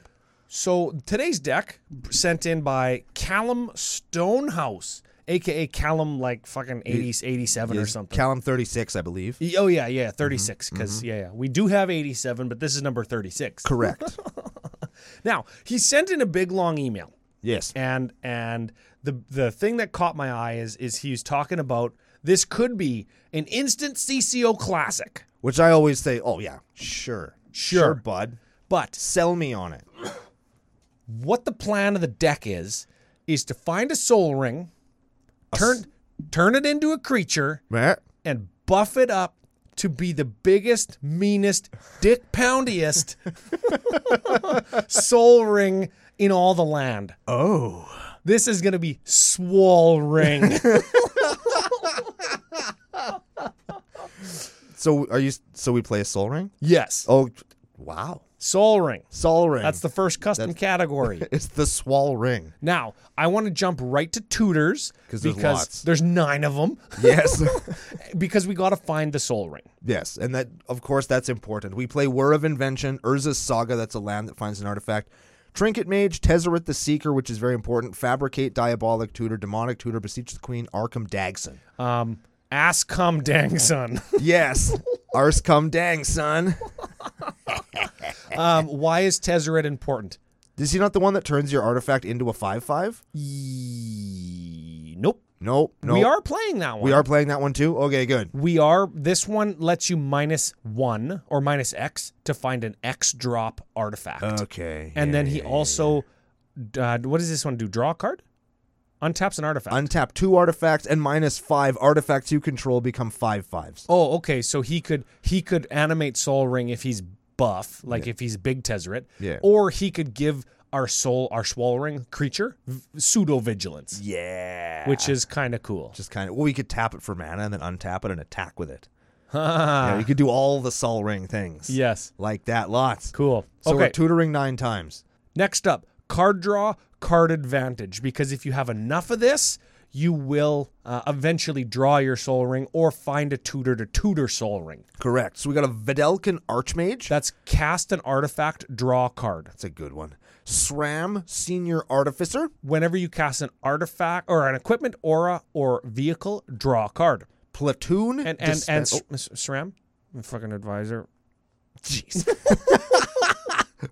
So today's deck sent in by Callum Stonehouse, aka Callum like fucking 80s, 87 or something.
Callum 36, I believe.
Y- Oh yeah, yeah, 36
Mm-hmm.
because yeah, yeah. We do have 87, but this is number 36.
Correct.
Now, he sent in a big long email.
yes.
And and the the thing that caught my eye is is he was talking about this could be an instant CCO classic.
Which I always say, oh yeah, sure,
Sure.
bud,
But
sell me on it.
what the plan of the deck is is to find a soul ring, turn turn it into a creature,
Right?
and buff it up to be the biggest, meanest, dick poundiest soul ring in all the land.
Oh,
This is gonna be swall ring.
so are you? So we play a soul ring?
yes.
Oh, wow,
Soul ring.
soul ring.
That's the first custom category.
it's the swall ring.
now, I want to jump right to tutors
'Cause there's lots.
there's nine of them.
Yes,
because we got to find the soul ring.
yes, and that of course that's important. We play War of Invention, Urza's Saga. That's a land that finds an artifact. Trinket Mage, Tezzeret the Seeker, which is very important. Fabricate, Diabolic Tutor, Demonic Tutor, Beseech the Queen, Arkham Dagson.
Um, ass cum dang son.
Yes, arse come dang son.
um, why is Tezzeret important?
Is he not the one that turns your artifact into a five-five?
Ye- Nope.
Nope, nope.
We are playing that one.
We are playing that one too. Okay, good.
We are. This one lets you minus one or minus X to find an X drop artifact.
Okay.
and then he also, uh, what does this one do? Draw a card? Untaps an artifact.
untap two artifacts and minus five artifacts you control become five fives.
Oh, okay. So he could he could animate Soul Ring if he's buff, like if he's big Tezzeret.
Yeah.
Or he could give our soul our Swall Ring creature pseudo vigilance,
Yeah.
which is kind of cool.
just kind of well, we could tap it for mana and then untap it and attack with it.
Ah.
yeah, you could do all the Sol Ring things.
Yes.
Like that, lots.
Cool.
So
okay.
we're tutoring nine times.
Next up, card draw, card advantage. Because if you have enough of this, you will uh, eventually draw your soul ring or find a tutor to tutor soul ring.
Correct. So we got a Vedelkin Archmage.
That's cast an artifact, draw a card.
That's a good one. SRAM Senior Artificer.
Whenever you cast an artifact or an equipment, aura, or vehicle, draw a card.
Platoon.
And and and
dispen- oh.
S- Miss SRAM, my fucking advisor.
Jeez.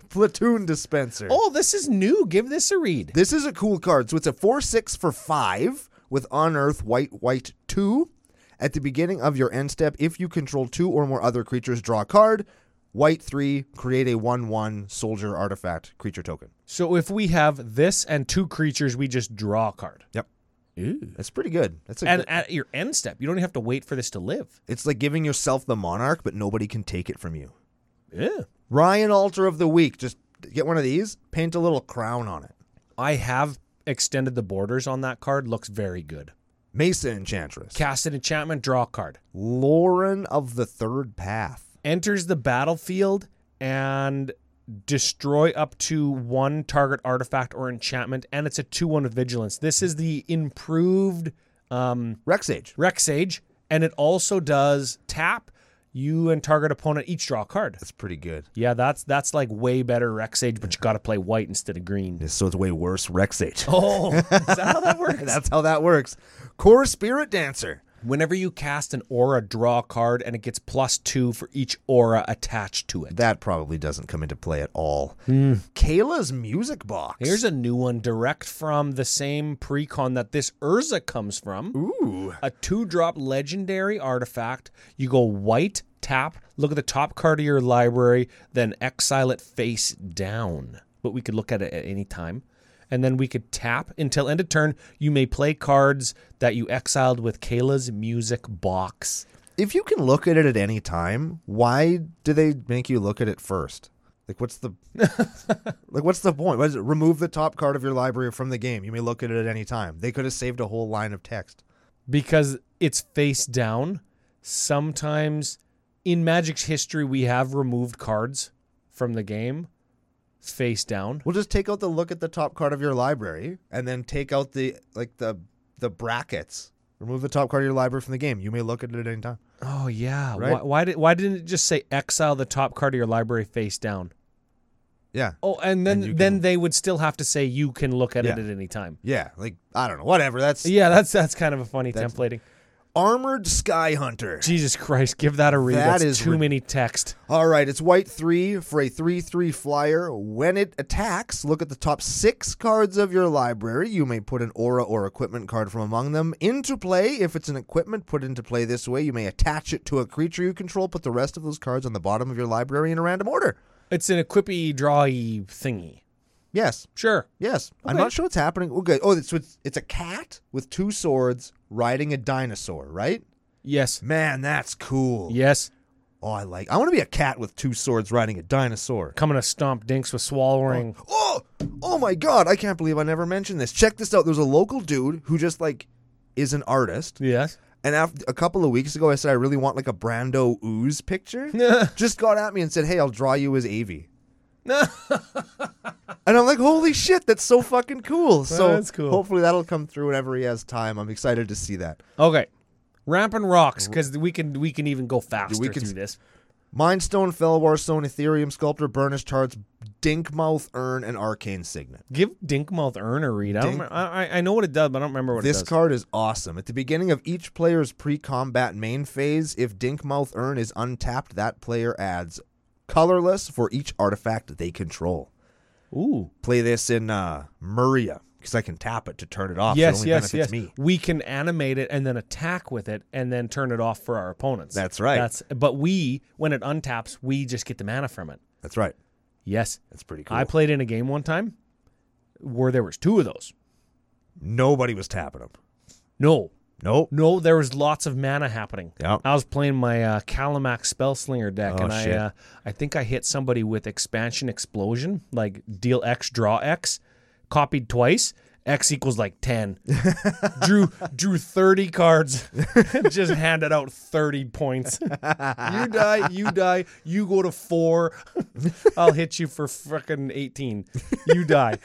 Platoon Dispenser.
Oh, this is new. Give this a read.
This is a cool card. So it's a 4 6 for 5 with Unearth White White 2. At the beginning of your end step, if you control two or more other creatures, draw a card. White 3, create a 1 1 soldier artifact creature token.
So if we have this and two creatures, we just draw a card.
Yep.
Ooh.
That's pretty good. That's a
And
good,
at your end step, you don't even have to wait for this to live.
It's like giving yourself the monarch, but nobody can take it from you.
Yeah.
Ryan Altar of the Week. Just get one of these, paint a little crown on it.
I have extended the borders on that card. Looks very good.
Mesa Enchantress.
Cast an enchantment, draw a card.
Lauren of the Third Path.
Enters the battlefield and destroy up to one target artifact or enchantment, and it's a 2 1 with vigilance. This is the improved um,
Rex Age.
Rexage, and it also does tap. You and target opponent each draw a card.
That's pretty good.
Yeah, that's that's like way better Rexage, but you got to play white instead of green.
So it's way worse, Rex Age.
Oh, is that how that works?
That's how that works. Core Spirit Dancer.
Whenever you cast an aura, draw a card, and it gets plus two for each aura attached to it.
That probably doesn't come into play at all. Kayla's Music Box.
Here's a new one direct from the same precon that this Urza comes from.
Ooh.
A two drop legendary artifact. You go white, tap, look at the top card of your library, then exile it face down. But we could look at it at any time. And then we could tap until end of turn. You may play cards that you exiled with Kayla's music box.
If you can look at it at any time, why do they make you look at it first? Like what's the like what's the point? What is it? Remove the top card of your library from the game. You may look at it at any time. They could have saved a whole line of text.
because it's face down. Sometimes in Magic's history, we have removed cards from the game face down.
We'll just take out the look at the top card of your library and then take out the like the the brackets. Remove the top card of your library from the game. You may look at it at any time.
Oh yeah, why,
Right.
why did why didn't it just say exile the top card of your library face down?
Yeah.
Oh, and then
And you
then
can-
they would still have to say you can look at it
Yeah.
at any time.
Yeah, like I don't know, whatever. That's
Yeah, that's that's kind of a funny
That's-
templating.
Armored Sky Hunter.
Jesus Christ, give that a read.
That
that's
is
too
rid-
many text.
All right, it's white three for a three three flyer. When it attacks, look at the top six cards of your library. You may put an aura or equipment card from among them into play. If it's an equipment put into play this way, you may attach it to a creature you control. Put the rest of those cards on the bottom of your library in a random order.
It's an equippy drawy thingy.
Yes,
Sure.
yes. I'm
Okay.
not sure what's happening. Okay. Oh, so it's it's a cat with two swords riding a dinosaur, right?
Yes.
Man, that's cool.
Yes.
Oh, I like. I want to be a cat with two swords riding a dinosaur.
Coming to stomp dinks with swallowing.
Oh, oh my God! I can't believe I never mentioned this. Check this out. There's a local dude who just like is an artist,
Yes.
and after, a couple of weeks ago, I said I really want like a Brando ooze picture. just got at me and said, "Hey, I'll draw you as Avy." and I'm like, "Holy shit! That's so fucking cool." So
that's cool.
Hopefully, that'll come through whenever he has time. I'm excited to see that.
Okay. Ramping rocks because we can we can even go faster
we can-
through this.
Mindstone, Felwar Stone, Ethereum Sculptor, Burnish Tarts, Dinkmouth Urn, and Arcane Signet.
Give Dinkmouth Urn a read. I, don't,
Dink-
remem- I I- I know what it does, but I don't remember what
This
it does.
card is awesome. At the beginning of each player's pre-combat main phase, if Dinkmouth Urn is untapped, that player adds colorless for each artifact they control.
Ooh,
Play this in uh, Muria because I can tap it to turn it off. so it
yes,
only
yes, yes.
benefits me.
We can animate it and then attack with it, and then turn it off for our opponents.
That's right.
That's but we when it untaps, we just get the mana from it.
That's right.
Yes,
That's pretty cool.
I played in a game one time where there was two of those.
Nobody was tapping them.
No,
Nope.
No, there was lots of mana happening.
Yep.
I was playing my uh, Calamac Spellslinger deck,
Oh,
and I
shit.
uh, I think I hit somebody with Expansion Explosion, like deal X, draw X, copied twice. X equals like ten. drew drew thirty cards, just handed out thirty points. you die, you die, you go to four. I'll hit you for fucking eighteen. You die.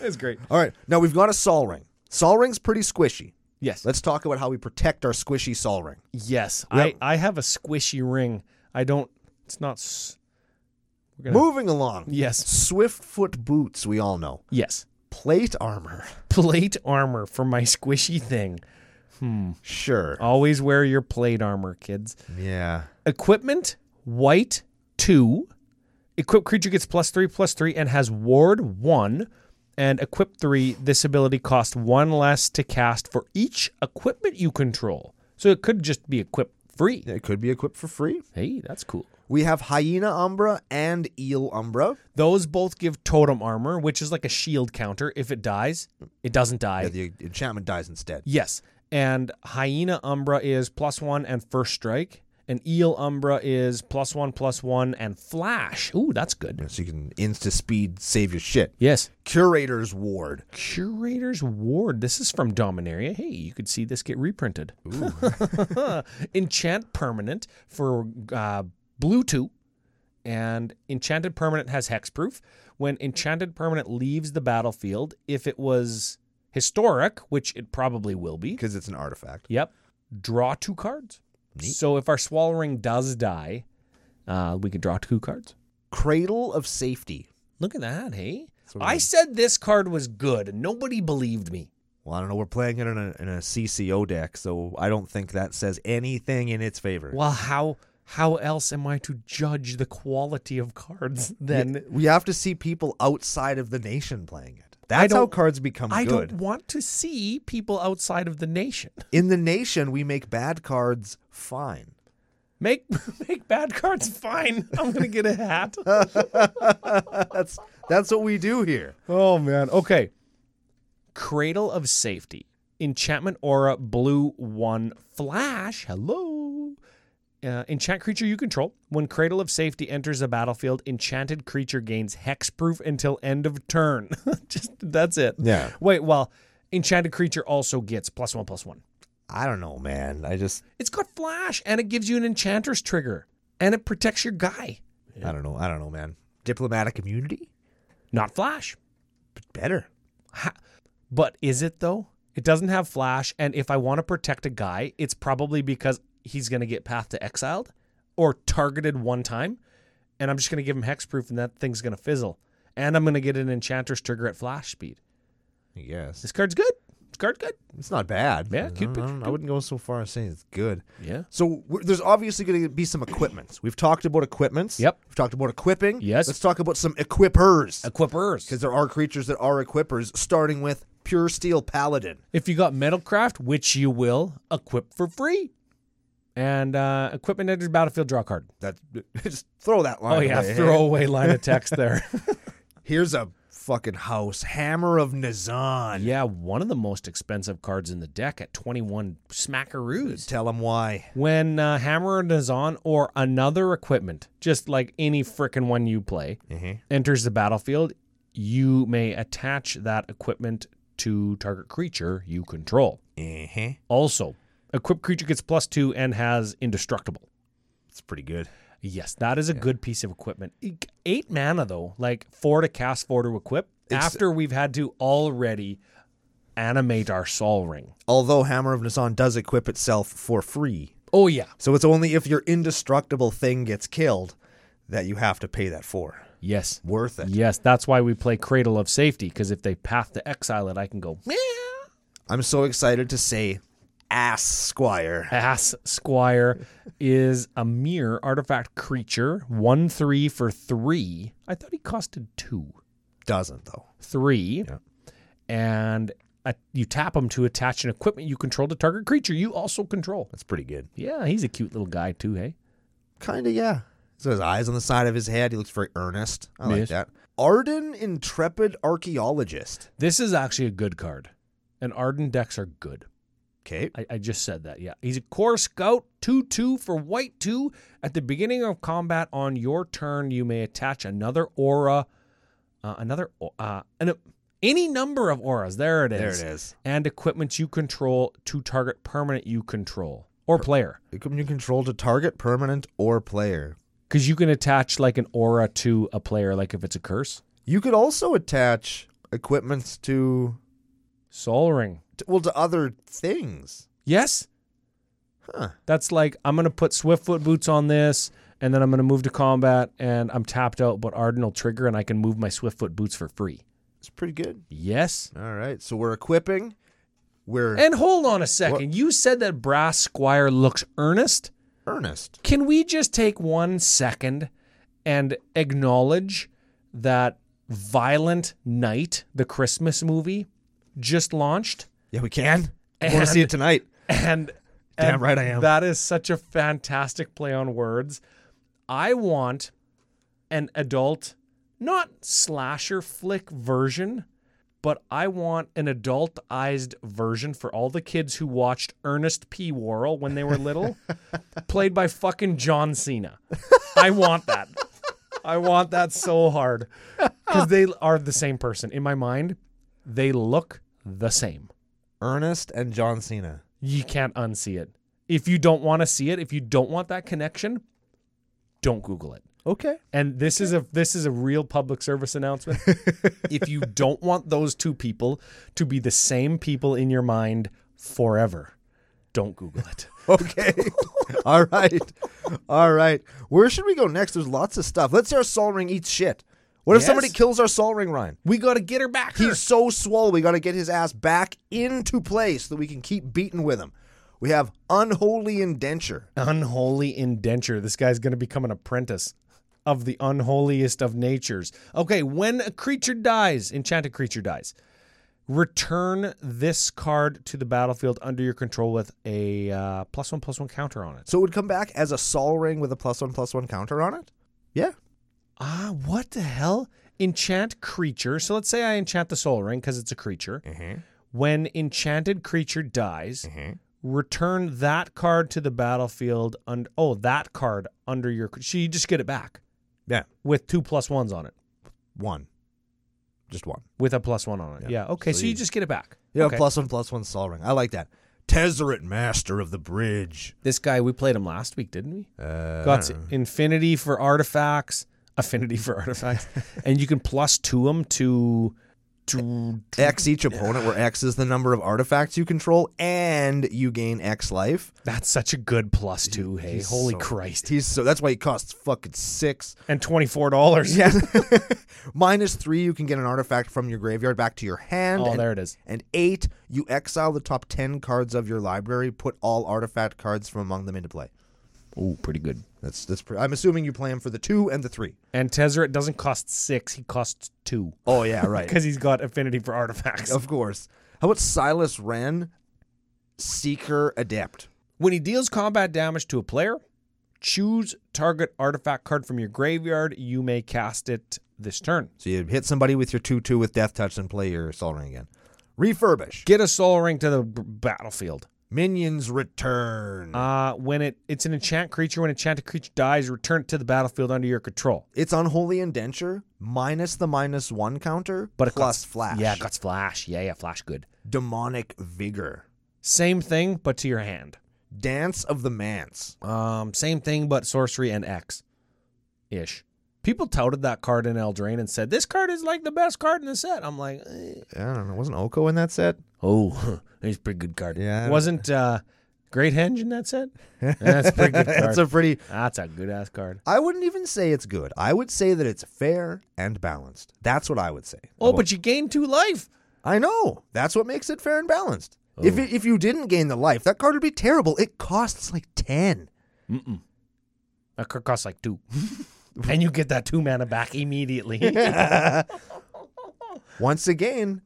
That's great.
All right. Now we've got a Sol Ring. Sol ring's pretty squishy.
Yes.
Let's talk about how we protect our squishy sol ring.
Yes.
Yep.
I, I have a squishy ring. I don't. It's not. s- We're gonna.
Moving along.
Yes.
Swiftfoot boots, we all know.
Yes.
Plate armor.
Plate armor for my squishy thing.
Sure.
Always wear your plate armor, kids.
Yeah.
Equipment white two. Equipped creature gets plus three plus three and has ward one. And equip three, this ability costs one less to cast for each equipment you control. So it could just be equip free.
It could be equipped for free.
Hey, that's cool.
We have hyena umbra and eel umbra.
Those both give totem armor, which is like a shield counter. If it dies, it doesn't die.
Yeah, Uh, the enchantment dies instead.
yes. And hyena umbra is plus one and first strike. And eel umbra is plus one, plus one, and flash. Ooh, that's good.
So you can insta speed save your shit.
Yes.
Curator's ward.
Curator's Ward. This is from Dominaria. Hey, you could see this get reprinted. Enchant Permanent for uh, Blue 2. And Enchanted Permanent has hexproof. When Enchanted Permanent leaves the battlefield, if it was historic, which it probably will be,
Because it's an artifact.
yep, draw two cards. So if our Swallowing does die, uh, we can draw two cards.
Cradle of safety.
Look at that, hey?
what
I
I-
said this card was good, and nobody believed me.
Well, I don't know. We're playing it in a, in a CCO deck, so I don't think that says anything in its favor.
Well, how how else am I to judge the quality of cards then?
we have to see people outside of the nation playing it. That's how
don't-
cards become
I
good.
don't want to see people outside of the nation
In the nation, we make bad cards fine.
make make bad cards. Fine, I'm gonna get a hat.
That's that's what we do here.
oh man. Okay. Cradle of Safety, enchantment aura, blue one flash. Hello. Uh, enchant creature you control. When Cradle of Safety enters the battlefield, enchanted creature gains hexproof until end of turn. Just that's it.
Yeah.
Wait, well, enchanted creature also gets plus one plus one.
I don't know, man. I just
It's got flash, and it gives you an enchanter's trigger, and it protects your guy.
I don't know. I don't know, man. Diplomatic immunity?
Not flash,
Better.
Ha- but is it though? It doesn't have flash, and if I want to protect a guy, it's probably because he's going to get path to exiled or targeted one time, and I'm just going to give him hexproof, and that thing's going to fizzle, and I'm going to get an enchanter's trigger at flash speed.
Yes.
This card's good. This card's good.
It's not bad.
Yeah,
I
cute
don't- I,
picture,
don't- I wouldn't go so far as saying it's good.
Yeah.
So we're, there's obviously going to be some equipments. We've talked about equipments.
Yep.
We've talked about equipping.
Yes.
Let's talk about some equippers.
Equippers.
Because there are creatures that are equippers, starting with Pure Steel Paladin.
If you got Metalcraft, which you will, equip for free. And uh, equipment enters battlefield, draw a card.
That just throw that line.
Oh yeah,
away.
throwaway line of text there.
Here's a fucking house. Hammer of Nizan.
yeah, one of the most expensive cards in the deck at 21 smackaroos.
Tell him why.
When uh, Hammer is on or another equipment, just like any frickin' one you play, enters the battlefield, you may attach that equipment to target creature you control.
Uh-huh.
Also, equipped creature gets plus two and has indestructible.
It's pretty good.
Yes, that is a good piece of equipment. Eek, Eight mana though, like four to cast, four to equip. after we've had to already animate our Sol Ring.
Although Hammer of Nizan does equip itself for free.
Oh yeah,
So it's only if your indestructible thing gets killed that you have to pay that for.
yes,
Worth it.
yes. That's why we play Cradle of Safety because if they path to exile it, I can go "Meh."
I'm so excited to say Ass Squire.
Ass Squire is a mere artifact creature, one three for three. I thought he costed two.
Doesn't though.
three, and uh, you tap him to attach an equipment you control to target creature you also control.
That's pretty good.
Yeah, he's a cute little guy too. Hey,
Kinda, yeah. So his eyes on the side of his head. He looks very earnest. I like
Yes.
that. Arden Intrepid Archaeologist.
this is actually a good card, and Arden decks are good.
Okay.
I, I just said that. Yeah, he's a core scout two two for white two. At the beginning of combat on your turn, you may attach another aura, uh, another au- uh, an, any number of auras. There it is.
There it is.
And equipment you control to target permanent you control or player.
Equipment you control to target, permanent, or player.
Because you can attach like an aura to a player, like if it's a curse.
You could also attach equipment to
Sol Ring.
T- well, to other things.
Yes.
Huh.
That's like I'm gonna put Swiftfoot boots on this, and then I'm gonna move to combat, and I'm tapped out, but Arden will trigger, and I can move my Swiftfoot boots for free.
It's pretty good.
Yes.
All right. So we're equipping. We're
And hold on a second. You said that Brass Squire looks earnest.
earnest.
Can we just take one second and acknowledge that Violent Night, the Christmas movie, just launched?
Yeah, we can. I want to see it tonight.
And
Damn
and
right I am.
That is such a fantastic play on words. I want an adult, not slasher flick version, but I want an adultized version for all the kids who watched Ernest P. Worrell when they were little, played by fucking John Cena. I want that. I want that so hard because they are the same person in my mind. They look the same
Ernest and John Cena.
you can't unsee it. If you don't want to see it, if you don't want that connection, don't Google it.
Okay.
And this is a this is a real public service announcement. if you don't want those two people to be the same people in your mind forever, don't Google it.
Okay. All right. All right. Where should we go next? There's lots of stuff. Let's say our Sol Ring eats shit. What if
Yes.
somebody kills our Sol Ring, Ryan?
We got to get her back.
He's so swole, we got to get his ass back into play so that we can keep beating with him. We have Unholy Indenture.
unholy indenture. This guy's going to become an apprentice of the unholiest of natures. Okay, when a creature dies, enchanted creature dies, return this card to the battlefield under your control with a uh, plus one plus one counter on it.
So it would come back as a Sol Ring with a plus one, plus one counter on it? Yeah.
Ah, what the hell? Enchant creature. So let's say I enchant the soul ring because it's a creature. When enchanted creature dies, return that card to the battlefield. Und- oh, that card under your. So you just get it back.
Yeah.
with two plus ones on it,
One. Just one.
with a plus one on it. Yeah. Okay. So, you, just get it back.
Yeah,
Okay.
plus one, plus one Sol Ring. I like that. Tezzeret, Master of the Bridge.
This guy, we played him last week, didn't we?
Uh,
Got infinity for artifacts, affinity for artifacts, and you can plus two them to. to
X each opponent, where X is the number of artifacts you control, and you gain X life.
that's such a good plus two. Hey, holy
so-
Christ!
He's so that's why he costs fucking six.
And twenty four dollars.
Yeah. Minus three, you can get an artifact from your graveyard back to your hand.
Oh,
and,
there it is.
and eight, you exile the top ten cards of your library, put all artifact cards from among them into play.
Ooh, pretty good.
That's that's. Pre- I'm assuming you play him for the two and the three.
And Tezzeret doesn't cost six; he costs two
Oh yeah, right.
because he's got affinity for artifacts.
Of course. How about Silas Wren, Seeker Adept?
When he deals combat damage to a player, choose target artifact card from your graveyard. You may cast it this turn.
So you hit somebody with your 2 2 with Death Touch and play your Soul Ring again. Refurbish.
Get a soul ring to the b- battlefield.
Minions Return.
Uh, when it it's an enchant creature. When enchanted creature dies, return it to the battlefield under your control.
it's Unholy Indenture minus the minus one counter,
But it
plus
cuts-
Flash.
Yeah, it got flash. Yeah, yeah, flash good.
Demonic Vigor.
Same thing, but to your hand.
Dance of the Mance.
Um, same thing, but sorcery and X, ish. People touted that card in Eldraine and said this card is like the best card in the set. I'm like, eh.
I don't know. Wasn't Oko in that set?
Oh, he's a pretty good card.
Yeah, I don't-
Wasn't uh, Great Henge in that set? That's a pretty good card.
That's a pretty.
That's a good ass card.
I wouldn't even say it's good. I would say that it's fair and balanced. That's what I would say.
Oh, but you gain two life.
I know. That's what makes it fair and balanced.
Oh.
If it, if you didn't gain the life, that card would be terrible. It costs like ten.
That card costs like two. and you get that two mana back immediately.
Once again,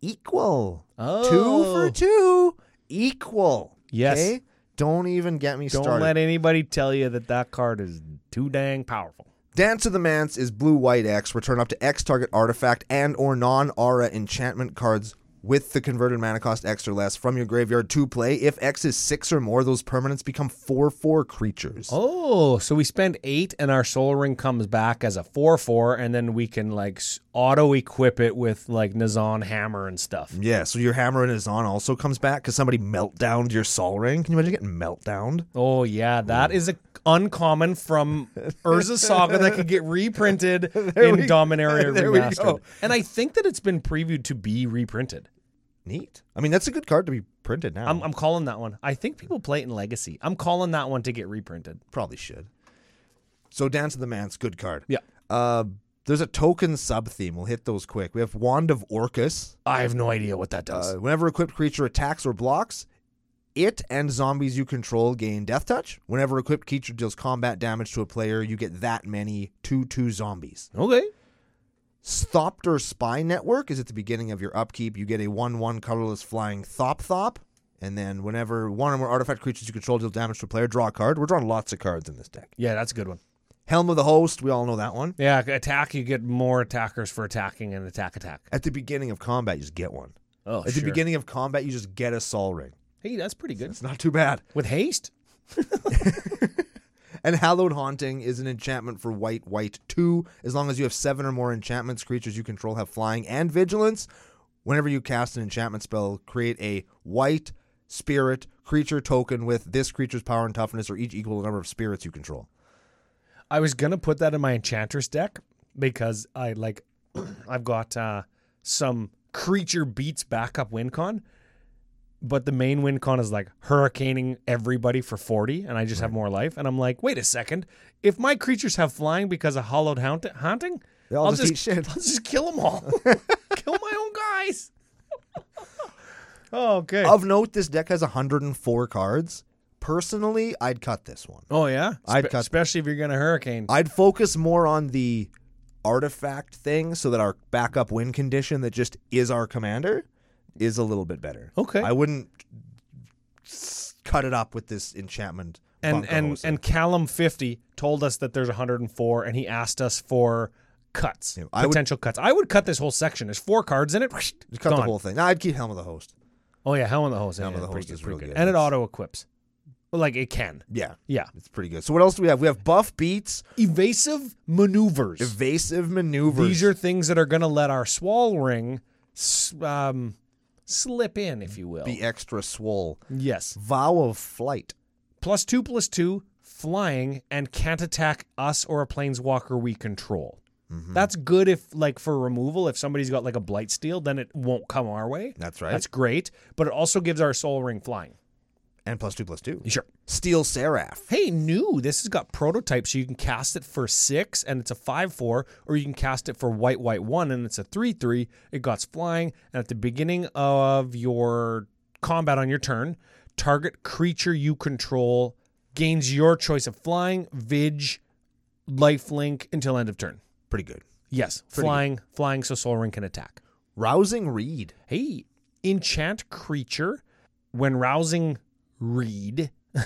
equal. Two
Oh.
for two. Equal.
Yes.
Okay? Don't even get me
Don't
started.
let anybody tell you that that card is too dang powerful.
Dance of the Mance is blue white X. Return up to X target artifact and or non aura enchantment cards with the converted mana cost X or less from your graveyard to play. If X is six or more, those permanents become four four creatures.
Oh, so we spend eight and our soul ring comes back as a 4 4, and then we can like auto equip it with like Nazan hammer and stuff.
Yeah, so your hammer and his on also comes back because somebody meltdowned your sol ring. Can you imagine getting meltdowned?
Oh yeah, that is a uncommon from Urza Saga that could get reprinted in Dominaria
there we
Remastered.
go.
And I think that it's been previewed to be reprinted.
Neat. I mean, that's a good card to be printed now.
I'm, I'm calling that one. I think people play it in Legacy. I'm calling that one to get reprinted.
Probably should. So Dance of the Man's good card.
Yeah.
Uh, there's a token sub theme. We'll hit those quick. We have Wand of Orcus.
I have no idea what that does.
Uh, whenever equipped creature attacks or blocks, it and zombies you control gain death touch. Whenever equipped creature deals combat damage to a player, you get that many 2 2 zombies.
okay.
Thopter Spy Network is at the beginning of your upkeep. You get a 1 1 colorless flying Thop Thop. And then whenever one or more artifact creatures you control deal damage to a player, draw a card. We're drawing lots of cards in this deck.
Yeah, that's a good one.
Helm of the Host, we all know that one.
Yeah, attack. You get more attackers for attacking and attack attack.
At the beginning of combat, you just get one.
Oh,
At the beginning of combat, you just get a Sol Ring.
Hey, that's pretty good.
It's not too bad.
With haste.
And Hallowed Haunting is an enchantment for white, white two. As long as you have seven or more enchantments, creatures you control have flying and vigilance. Whenever you cast an enchantment spell, create a white spirit creature token with this creature's power and toughness, or each equal number of spirits you control.
I was gonna put that in my enchantress deck because I like I've got uh some creature beats backup win con, but the main win con is like hurricaning everybody for 40 and I just have more life and I'm like, wait a second, if my creatures have flying because of hollowed haunt- haunting,
They all
I'll
just
just,
eat shit.
I'll just kill them all. kill my own guys. oh, okay.
Of note, this deck has 104 cards. Personally, I'd cut this one.
oh yeah.
I'd
Spe-
cut-
especially if you're going to hurricane.
I'd focus more on the artifact thing so that our backup win condition that just is our commander is a little bit better.
Okay.
I wouldn't s- cut it up with this enchantment.
and
Bunker
and
Hosa.
and Callum fifty told us that there's 104, and he asked us for cuts,
Yeah, I would-
potential cuts. I would cut this whole section. There's four cards in it.
Just cut
gone.
the whole thing. No, I'd keep Helm of the Host.
Oh yeah, Hell on the Hose.
Helm
yeah,
on the
pretty
Hose is
pretty
real good.
and it
It's-
auto equips. Well, like it can.
Yeah,
Yeah,
it's pretty good. So what else do we have? We have buff beats,
evasive maneuvers.
evasive maneuvers.
These are things that are going to let our swall ring s- um, slip in, if you will.
be extra swole.
yes,
Vow of flight.
plus two, plus two, flying, and can't attack us or a planeswalker we control.
Mm-hmm.
That's good if, like, for removal, if somebody's got like a blight steal, then it won't come our way.
That's right.
That's great, but it also gives our soul ring flying.
and plus two plus two.
Sure.
Steel Seraph.
Hey, new. This has got prototype, so you can cast it for six, and it's a five four, or you can cast it for white white one, and it's a three three. It got flying, and at the beginning of your combat on your turn, target creature you control gains your choice of flying, vig, lifelink until end of turn.
Pretty good.
Yes, flying, flying, so Soul Ring can attack.
Rousing Reed.
Hey, enchant creature when rousing read.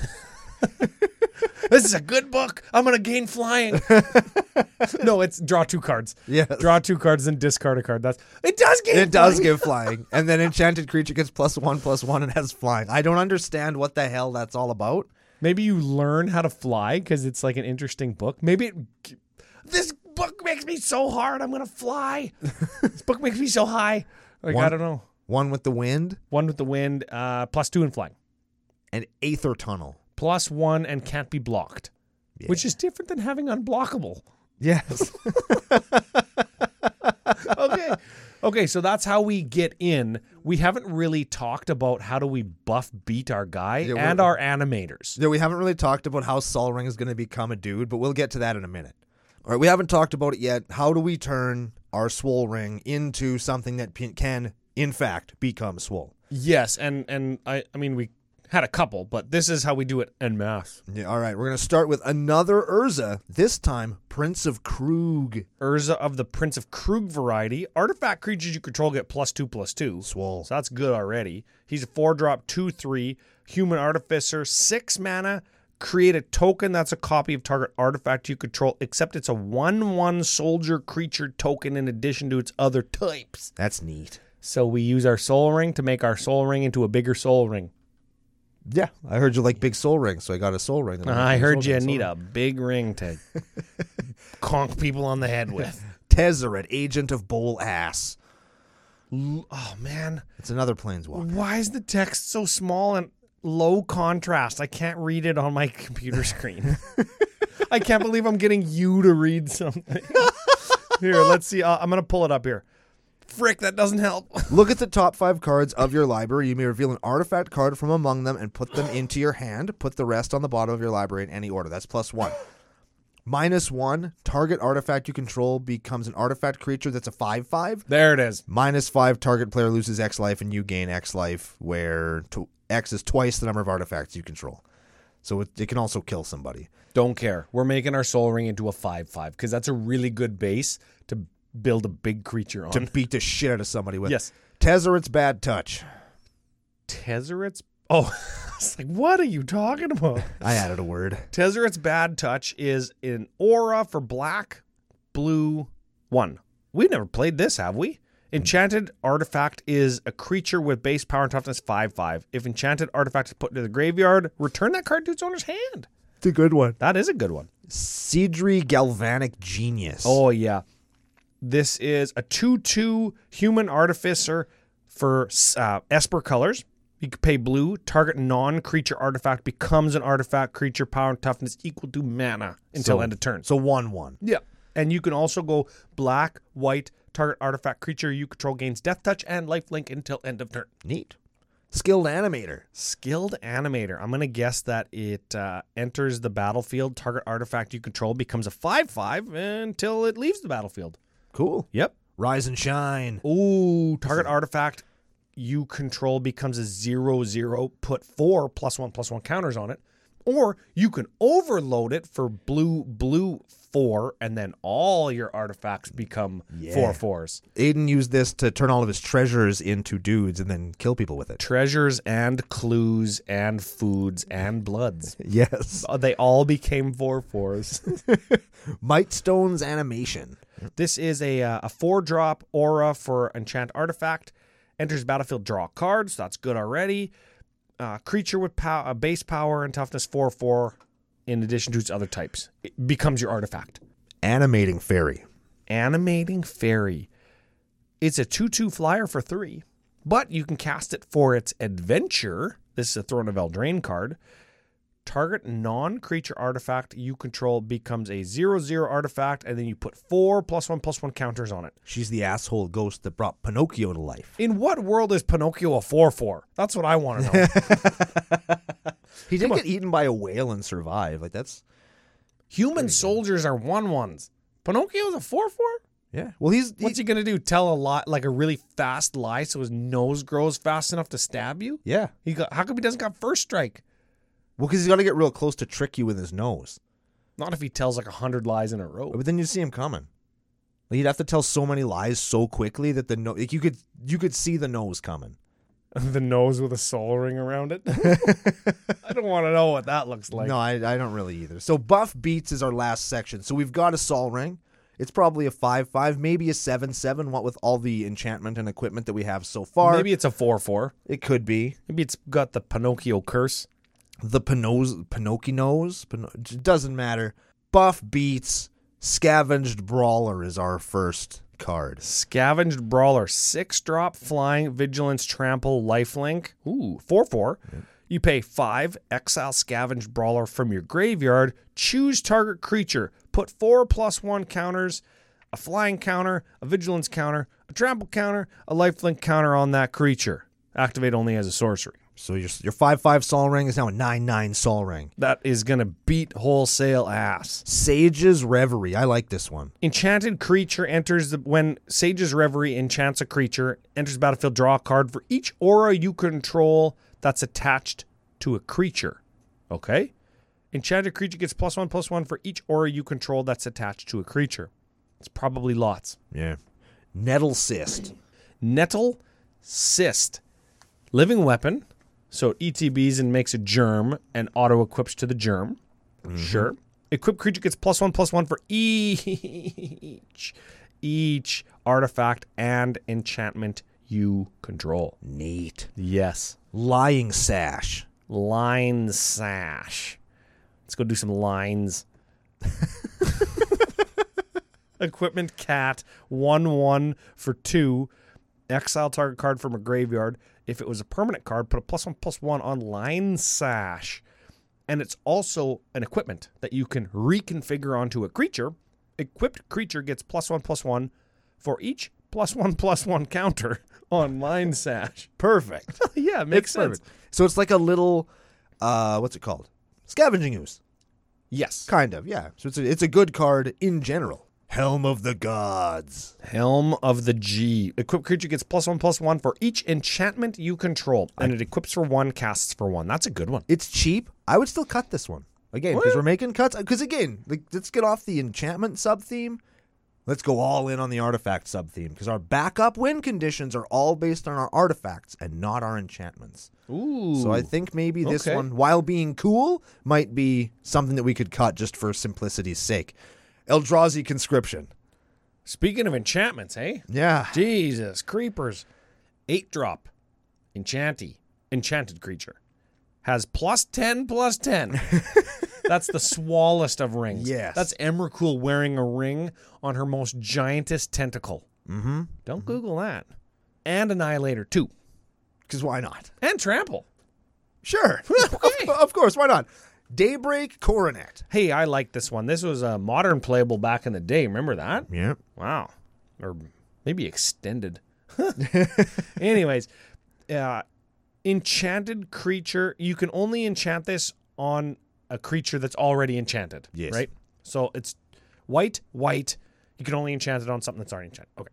this is a good book. I'm going to gain flying. no, it's draw two cards.
Yeah.
Draw two cards and discard a card. That's It does gain
It does
flying.
give flying, and then enchanted creature gets plus one plus one and has flying. I don't understand what the hell that's all about.
Maybe you learn how to fly cuz it's like an interesting book. Maybe it g- This book makes me so hard. I'm going to fly. this book makes me so high. Like I
One-
don't know.
One with the wind
One with the wind, uh plus 2 in flying.
and aether tunnel.
plus one and can't be blocked, which is different than having unblockable.
Yes,
Okay. okay, so that's how we get in. We haven't really talked about how do we buff beat our guy
we're-
and our animators.
yeah, we haven't really talked about how Sol Ring is going to become a dude, but we'll get to that in a minute. All right, we haven't talked about it yet. How do we turn our Swole Ring into something that pin- can, in fact, become Swole?
Yes, and and I I mean we had a couple, but this is how we do it en masse.
Yeah, all right, we're going to start with another Urza. This time, Prince of Krug.
Urza of the Prince of Krug variety. Artifact creatures you control get plus two plus two.
Swole.
So that's good already. He's a four drop, two, three, human artificer, six mana. Create a token that's a copy of target artifact you control, except it's a one one soldier creature token in addition to its other types.
That's neat.
So we use our soul ring to make our soul ring into a bigger soul ring.
Yeah, I heard you like big soul rings, so I got a soul ring. that I'm
I
making
heard
soul
you
ring, soul
need
ring.
a big ring to conk people on the head with.
Tezzeret, agent of Bowl Ass.
L- Oh man.
It's another planeswalker.
Why is the text so small and low contrast? I can't read it on my computer screen. I can't believe I'm getting you to read something. here, let's see. Uh, I'm going to pull it up here. frick, that doesn't help.
Look at the top five cards of your library. You may reveal an artifact card from among them and put them into your hand. Put the rest on the bottom of your library in any order. That's plus one. Minus one, target artifact you control becomes an artifact creature that's a 5 5.
there it is.
Minus five, target player loses X life and you gain X life, where to- X is twice the number of artifacts you control. So it, it can also kill somebody.
Don't care. We're making our soul ring into a five five because that's a really good base to build a big creature on.
To beat the shit out of somebody with.
Yes.
Tezzeret's Bad Touch.
Tezzeret's. Oh, it's like what are you talking about?
I added a word.
Tezzeret's bad touch is an aura for black, blue, one. We've never played this, have we? Enchanted artifact is a creature with base power and toughness 5 5. If enchanted artifact is put into the graveyard, return that card to its owner's hand.
It's a good one.
That is a good one.
Cedri Galvanic Genius.
Oh, yeah. This is a 2 2 human artificer for uh, Esper colors. You can pay blue. Target non creature artifact becomes an artifact creature power and toughness equal to mana until
So-
end of turn.
So one one.
Yeah. And you can also go black, white, target artifact creature you control gains death touch and lifelink until end of turn.
Neat. Skilled animator.
Skilled animator. I'm going to guess that it uh, enters the battlefield. Target artifact you control becomes a 5 5 until it leaves the battlefield.
Cool.
Yep.
Rise and shine.
Ooh, target artifact you control becomes a 0 0, put four plus one plus one counters on it. Or you can overload it for blue, blue four, and then all your artifacts become four fours.
Aiden used this to turn all of his treasures into dudes and then kill people with it.
treasures and clues and foods and bloods.
Yes.
Oh, They all became four fours.
Might Stone's animation.
this is a uh, a four drop aura for enchant artifact. Enters battlefield, draw cards. That's good already. Uh, creature with pow- uh, base power and toughness four four, in addition to its other types, it becomes your artifact.
Animating fairy.
Animating Fairy. It's a 2 2 flyer for three, but you can cast it for its adventure. This is a Throne of Eldraine card. Target non creature artifact you control becomes a 0 0 artifact, and then you put four plus one plus one counters on it.
She's the asshole ghost that brought Pinocchio to life.
In what world is Pinocchio a 4 4? That's what I want to know.
He didn't get eaten by a whale and survive. Like that's
Human soldiers are 1 1s. Pinocchio's a 4 4?
yeah. Well, he's he-
What's he going to do? Tell a lie, like a really fast lie, so his nose grows fast enough to stab you?
yeah.
He got, how come he doesn't got first strike?
Well, because he's got to get real close to trick you with his nose.
Not if he tells like a hundred lies in a row.
But then you see him coming. Like, he'd have to tell so many lies so quickly that the no- like you could you could see the nose coming.
the nose with a soul ring around it. I don't want to know what that looks like.
no, I, I don't really either. So buff beats is our last section. So we've got a Sol ring. It's probably a five five, maybe a seven seven. What with all the enchantment and equipment that we have so far,
Maybe it's a four four.
it could be
Maybe it's got the Pinocchio curse.
the Pinocchio Pinocchio nose. Pino- it doesn't matter. Buff beats scavenged brawler is our first card.
Scavenged brawler, six drop, flying, vigilance, trample, lifelink. Ooh, four four. You pay five, exile scavenged brawler from your graveyard. Choose target creature. Put four plus one counters, a flying counter, a vigilance counter, a trample counter, a lifelink counter on that creature. Activate only as a sorcery.
So your your five five Sol ring is now a nine nine Sol ring.
That is gonna beat wholesale ass.
Sage's Reverie. I like this one.
Enchanted creature enters the when Sage's Reverie enchants a creature, enters the battlefield, draw a card for each aura you control that's attached to a creature. Okay? Enchanted creature gets plus one plus one for each aura you control that's attached to a creature. It's probably lots.
Yeah. Nettle Cyst.
Nettle Cyst. Living weapon. So it ETBs and makes a germ and auto equips to the germ. Sure. Equipped creature gets plus one plus one for each each artifact and enchantment you control.
Neat.
Yes.
Lying Sash.
Line sash. Let's go do some lines. Equipment cat, 1 1 for 2. Exile target card from a graveyard. If it was a permanent card, put a plus 1 plus 1 on line sash. And it's also an equipment that you can reconfigure onto a creature. Equipped creature gets plus 1 plus 1 for each plus one plus one counter on line sash. Perfect. yeah, it makes
It's
sense.
perfect. So it's like a little, uh, what's it called? Scavenging ooze,
Yes.
kind of. Yeah. So it's a, it's a good card in general. Helm of the Gods.
Helm of the G. Equipped creature gets plus one plus one for each enchantment you control, and it equips for one, casts for one. That's a good one.
It's cheap. I would still cut this one again because we're making cuts. Because again, like, let's get off the enchantment sub theme. Let's go all in on the artifact sub theme because our backup win conditions are all based on our artifacts and not our enchantments.
Ooh.
So I think maybe this
okay.
one, while being cool, might be something that we could cut just for simplicity's sake. Eldrazi conscription.
Speaking of enchantments, hey?
Yeah.
Jesus, creepers. Eight drop. Enchanty. Enchanted creature. Has plus 10, plus 10. That's the smallest of rings.
Yes.
That's Emrakul wearing a ring on her most giantest tentacle.
Mm-hmm.
Don't Google that. And Annihilator 2.
Because why not?
And Trample.
Sure.
Okay.
of, of course, why not? Daybreak coronet.
Hey, I like this one. This was a modern playable back in the day. Remember that?
Yeah.
Wow. Or maybe extended. Anyways, uh, enchanted creature. You can only enchant this on a creature that's already enchanted.
Yes.
Right? So it's white, white. You can only enchant it on something that's already enchanted. Okay.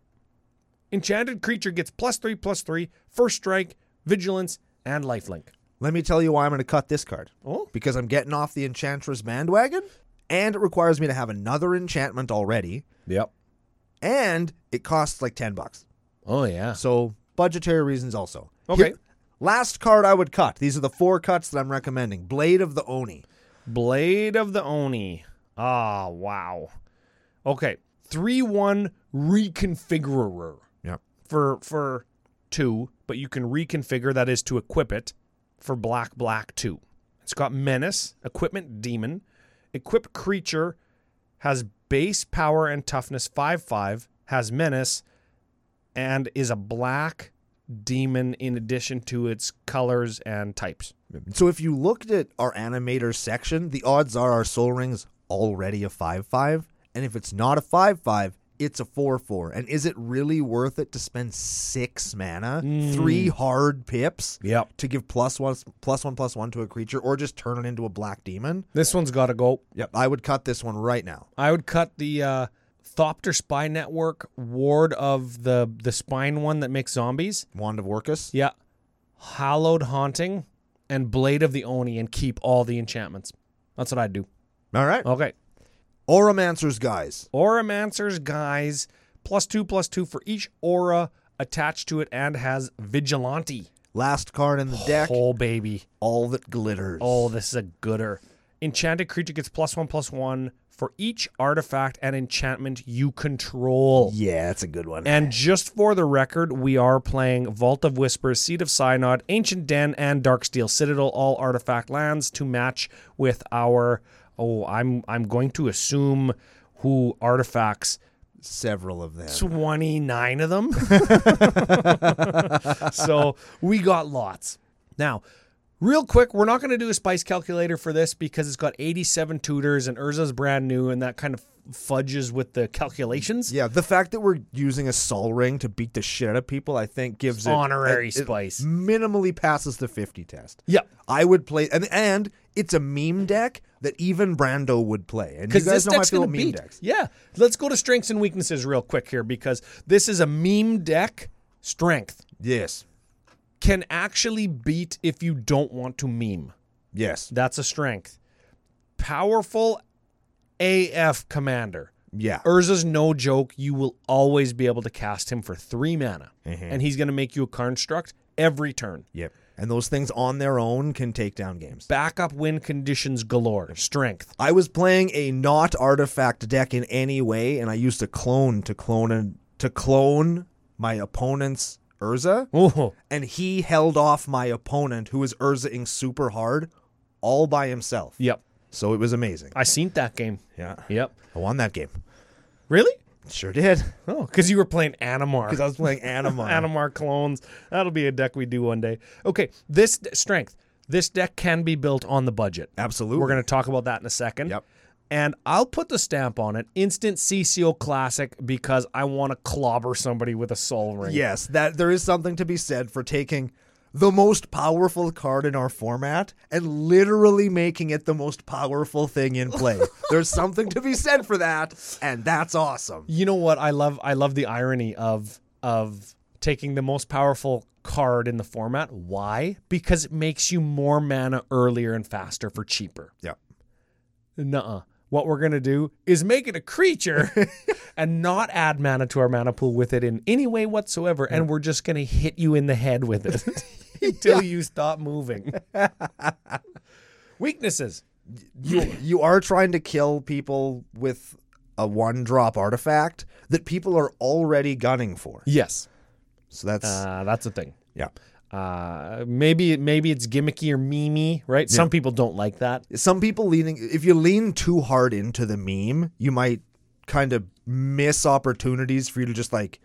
Enchanted creature gets plus three, plus three, first strike, vigilance, and lifelink.
Let me tell you why I'm going to cut this card.
Oh.
Because I'm getting off the Enchantress bandwagon, and it requires me to have another enchantment already,
Yep.
and it costs like 10 bucks.
Oh, yeah.
So, budgetary reasons also.
Okay.
last card I would cut. These are the four cuts that I'm recommending Blade of the Oni.
Blade of the Oni. Ah, wow. Okay, three one reconfigurer
Yep.
for for two, but you can reconfigure that is to equip it for black black two. It's got menace, equipment demon, equipped creature has base power and toughness five five, has menace, and is a black demon in addition to its colors and types.
So, if you looked at our animator section, the odds are our Soul Ring's already a 5 5. And if it's not a 5 5, it's a 4 4. And is it really worth it to spend six mana,
Hmm.
three hard pips?
Yep.
to give plus one plus one plus one to a creature or just turn it into a black demon.
This one's gotta go.
Yep. I would cut this one right now.
I would cut the uh, Thopter Spy Network ward of the the spine one that makes zombies.
Wand of Orcus.
Yeah, Hallowed Haunting and Blade of the Oni, and keep all the enchantments. That's what I'd do.
All right.
Okay,
Oromancer's guys.
Oromancer's guys plus two plus two for each aura attached to it, and has Vigilante.
Last card in the deck.
Oh baby,
All that glitters.
oh this is a gooder. Enchanted creature gets plus one plus one for each artifact and enchantment you control.
Yeah, that's a good one.
And just for the record, we are playing Vault of Whispers, Seed of Synod, Ancient Den, and Darksteel Citadel, all artifact lands to match with our. Oh, I'm I'm going to assume who artifacts.
Several of them.
Twenty nine of them. so we got lots. Now, real quick, we're not going to do a spice calculator for this because it's got eighty seven tutors and Urza's brand new, and that kind of fudges with the calculations.
Yeah, the fact that we're using a Sol Ring to beat the shit out of people, I think, gives it
Honorary
it- it
spice.
minimally passes the fifty test.
Yep.
I would play, and and it's a meme deck that even Brando would play. And you
Because
guys
this
know how I
deck's
feel
gonna
about meme
beat.
decks.
Yeah, let's go to strengths and weaknesses real quick here because this is a meme deck. Strength
Yes,
can actually beat if you don't want to meme.
yes,
That's a strength. Powerful AF commander.
yeah.
Urza's no joke. You will always be able to cast him for three mana,
Mm-hmm.
and he's going to make you a construct every turn.
Yep. And those things on their own can take down games.
Backup win conditions galore. Strength.
I was playing a not artifact deck in any way, and I used a clone to clone and to clone my opponent's Urza,
Oh,
and he held off my opponent who was Urzaing super hard all by himself.
yep.
So it was amazing.
I seen that game.
Yeah.
Yep.
I won that game.
Really?
Sure did.
Oh, because you were playing Animar.
Because I was playing Anima.
Animar clones. That'll be a deck we do one day. Okay, this d- strength. This deck can be built on the budget.
Absolutely.
We're going to talk about that in a second.
Yep.
and I'll put the stamp on it, instant CCO classic, because I want to clobber somebody with a soul ring.
Yes, that there is something to be said for taking the most powerful card in our format and literally making it the most powerful thing in play. There's something to be said for that, and that's awesome.
You know what? I love I love the irony of of taking the most powerful card in the format. Why? Because it makes you more mana earlier and faster for cheaper.
Yeah.
Nuh-uh. What we're gonna do is make it a creature and not add mana to our mana pool with it in any way whatsoever, and we're just gonna hit you in the head with it until you stop moving. Weaknesses.
You you are trying to kill people with a one drop artifact that people are already gunning for.
Yes.
So that's
Uh, that's a thing.
yeah.
Uh, maybe maybe it's gimmicky or memey, right? Some people don't like that.
Some people leaning if you lean too hard into the meme, you might kind of miss opportunities for you to just like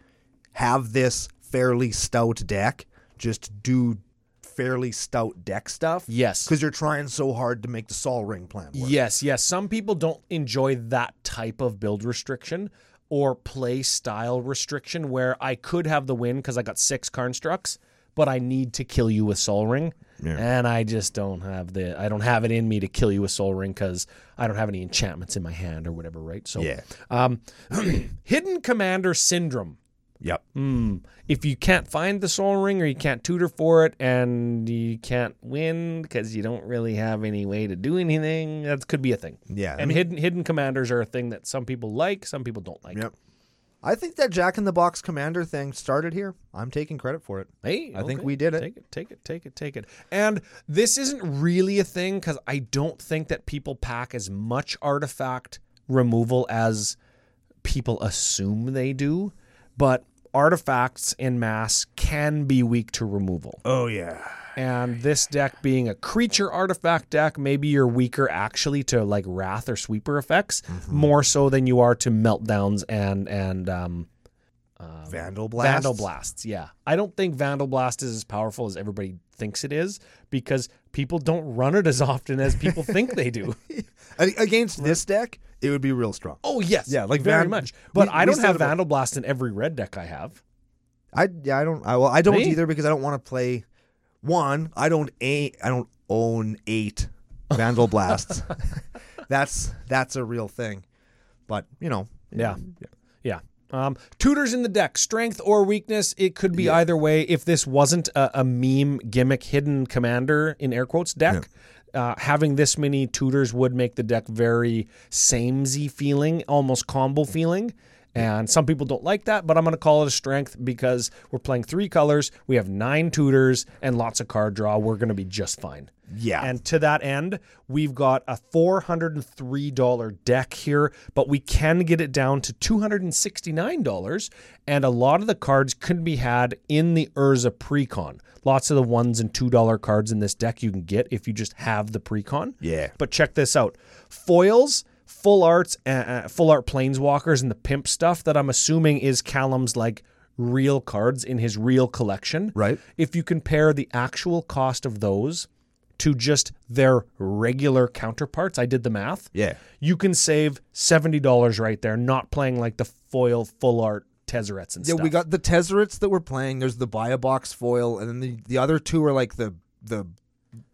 have this fairly stout deck, just do fairly stout deck stuff.
Yes.
Because you're trying so hard to make the Sol Ring plan work.
Yes, yes. Some people don't enjoy that type of build restriction or play style restriction where I could have the win because I got six constructs, but I need to kill you with Soul Ring. And I just don't have the I don't have it in me to kill you with Soul Ring because I don't have any enchantments in my hand or whatever, right? So
Yeah.
um Hidden Commander Syndrome.
Yep.
If you can't find the soul ring or you can't tutor for it and you can't win because you don't really have any way to do anything, that could be a thing.
Yeah.
And hidden hidden commanders are a thing that some people like, some people don't like.
Yep. I think that Jack in the Box Commander thing started here. I'm taking credit for it.
Hey,
I think
okay.
we did it.
Take it, take it, take it, take it. And this isn't really a thing because I don't think that people pack as much artifact removal as people assume they do. But artifacts in mass can be weak to removal.
Oh yeah.
And this deck being a creature artifact deck, maybe you're weaker actually to like wrath or sweeper effects more so than you are to meltdowns and and um,
Vandal Blast.
vandal blasts. Yeah, I don't think vandal blast is as powerful as everybody thinks it is because people don't run it as often as people think they do.
A- Against this deck, it would be real strong.
Oh yes,
Yeah, like
very
Van-
much. But
we-
I
we
don't
said
have
about-
vandal blast in every red deck I have.
I yeah, I don't I well I don't
Me?
either because I don't want to play one, I don't a I don't own eight Vandal Blasts. that's that's a real thing. But, you know,
Yeah. Yeah. Um, tutors in the deck, strength or weakness. It could be either way. If this wasn't a, a meme gimmick hidden commander in air quotes deck, uh, having this many tutors would make the deck very samey feeling, almost combo feeling. And some people don't like that, but I'm going to call it a strength because we're playing three colors. We have nine tutors and lots of card draw. We're going to be just fine.
Yeah.
And to that end, we've got a $403 deck here, but we can get it down to $269. And a lot of the cards can be had in the Urza Precon. Lots of the ones and $2 cards in this deck you can get if you just have the Precon.
Yeah.
But check this out foils. Full arts, uh, uh, full art planeswalkers, and the pimp stuff that I'm assuming is Callum's like real cards in his real collection
Right.
if you compare the actual cost of those to just their regular counterparts, I did the math.
Yeah.
You can save $70 right there, not playing like the foil full art Tesserets and
Yeah,
stuff.
we got the Tesserets that we're playing. There's the buy a box foil, and then the, the other two are like the the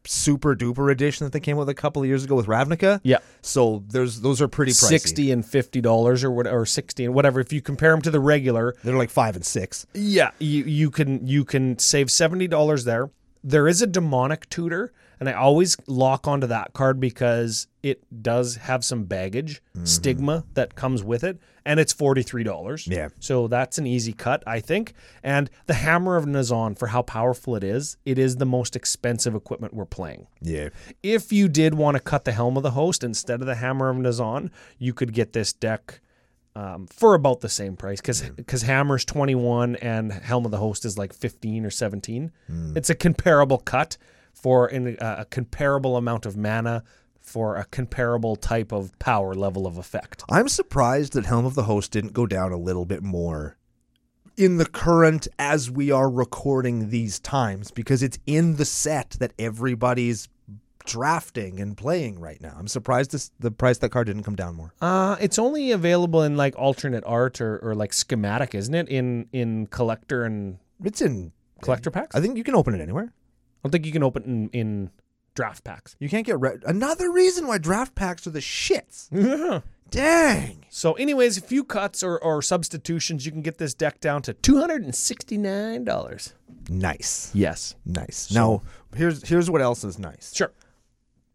super duper edition that they came with a couple of years ago with Ravnica.
Yeah.
So there's those are pretty pricey.
60 and $50 or what or 60 and whatever if you compare them to the regular
They're like five and six.
yeah you, you can you can save $70 there there is a demonic tutor and i always lock onto that card because it does have some baggage stigma that comes with it and it's $43
Yeah.
so that's an easy cut i think and the hammer of nazan for how powerful it is it is the most expensive equipment we're playing
Yeah.
if you did want to cut the helm of the host instead of the hammer of Nazan, you could get this deck um, for about the same price because hammer's 21 and helm of the host is like 15 or 17. It's a comparable cut for an, uh, a comparable amount of mana for a comparable type of power level of effect.
I'm surprised that Helm of the Host didn't go down a little bit more in the current as we are recording these times because it's in the set that everybody's drafting and playing right now. I'm surprised this, the price of that card didn't come down more.
Uh, it's only available in like alternate art or, or like schematic, isn't it? In in collector and
It's in.
collector packs.
I
I
think you can open it anywhere.
don't think you can open in, in draft packs.
You can't get re- another reason why draft packs are the shits. Dang.
So, anyways, a few cuts or, or substitutions, you can get this deck down to two hundred and sixty nine dollars.
Nice.
Yes,
Nice. now, here's here's what else is nice.
sure.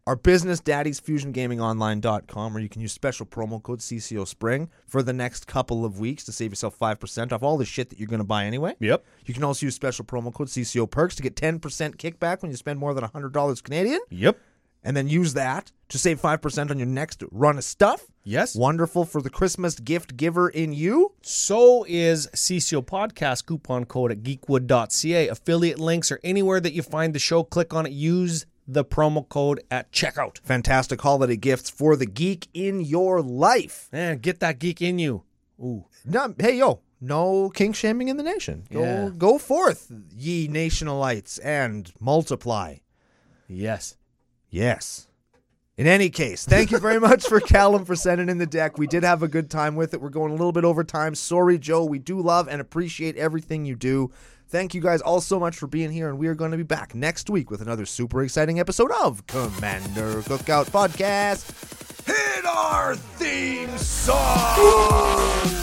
Our business daddies fusiongamingonline.com where you can use special promo code CCO Spring for the next couple of weeks to save yourself 5% off all the shit that you're going to buy anyway.
Yep.
You can also use special promo code CCO Perks to get 10% kickback when you spend more than $100 Canadian
Yep.
and then use that to save 5% on your next run of stuff.
Yes.
Wonderful for the Christmas gift giver in you.
So is CCO Podcast coupon code at geekwood.ca. Affiliate links are anywhere that you find the show. Click on it. Use the promo code at checkout.
Fantastic holiday gifts for the geek in your life.
Man, Eh, get that geek in you. Ooh.
No, hey yo, no king shaming in the nation. Go
Yeah.
go forth, ye nationalites, and multiply.
Yes.
Yes. In any case, thank you very much for Callum for sending in the deck. We did have a good time with it. We're going a little bit over time. Sorry, Joe. We do love and appreciate everything you do. Thank you guys all so much for being here, and we are going to be back next week with another super exciting episode of Commander Cookout Podcast. Hit our theme song!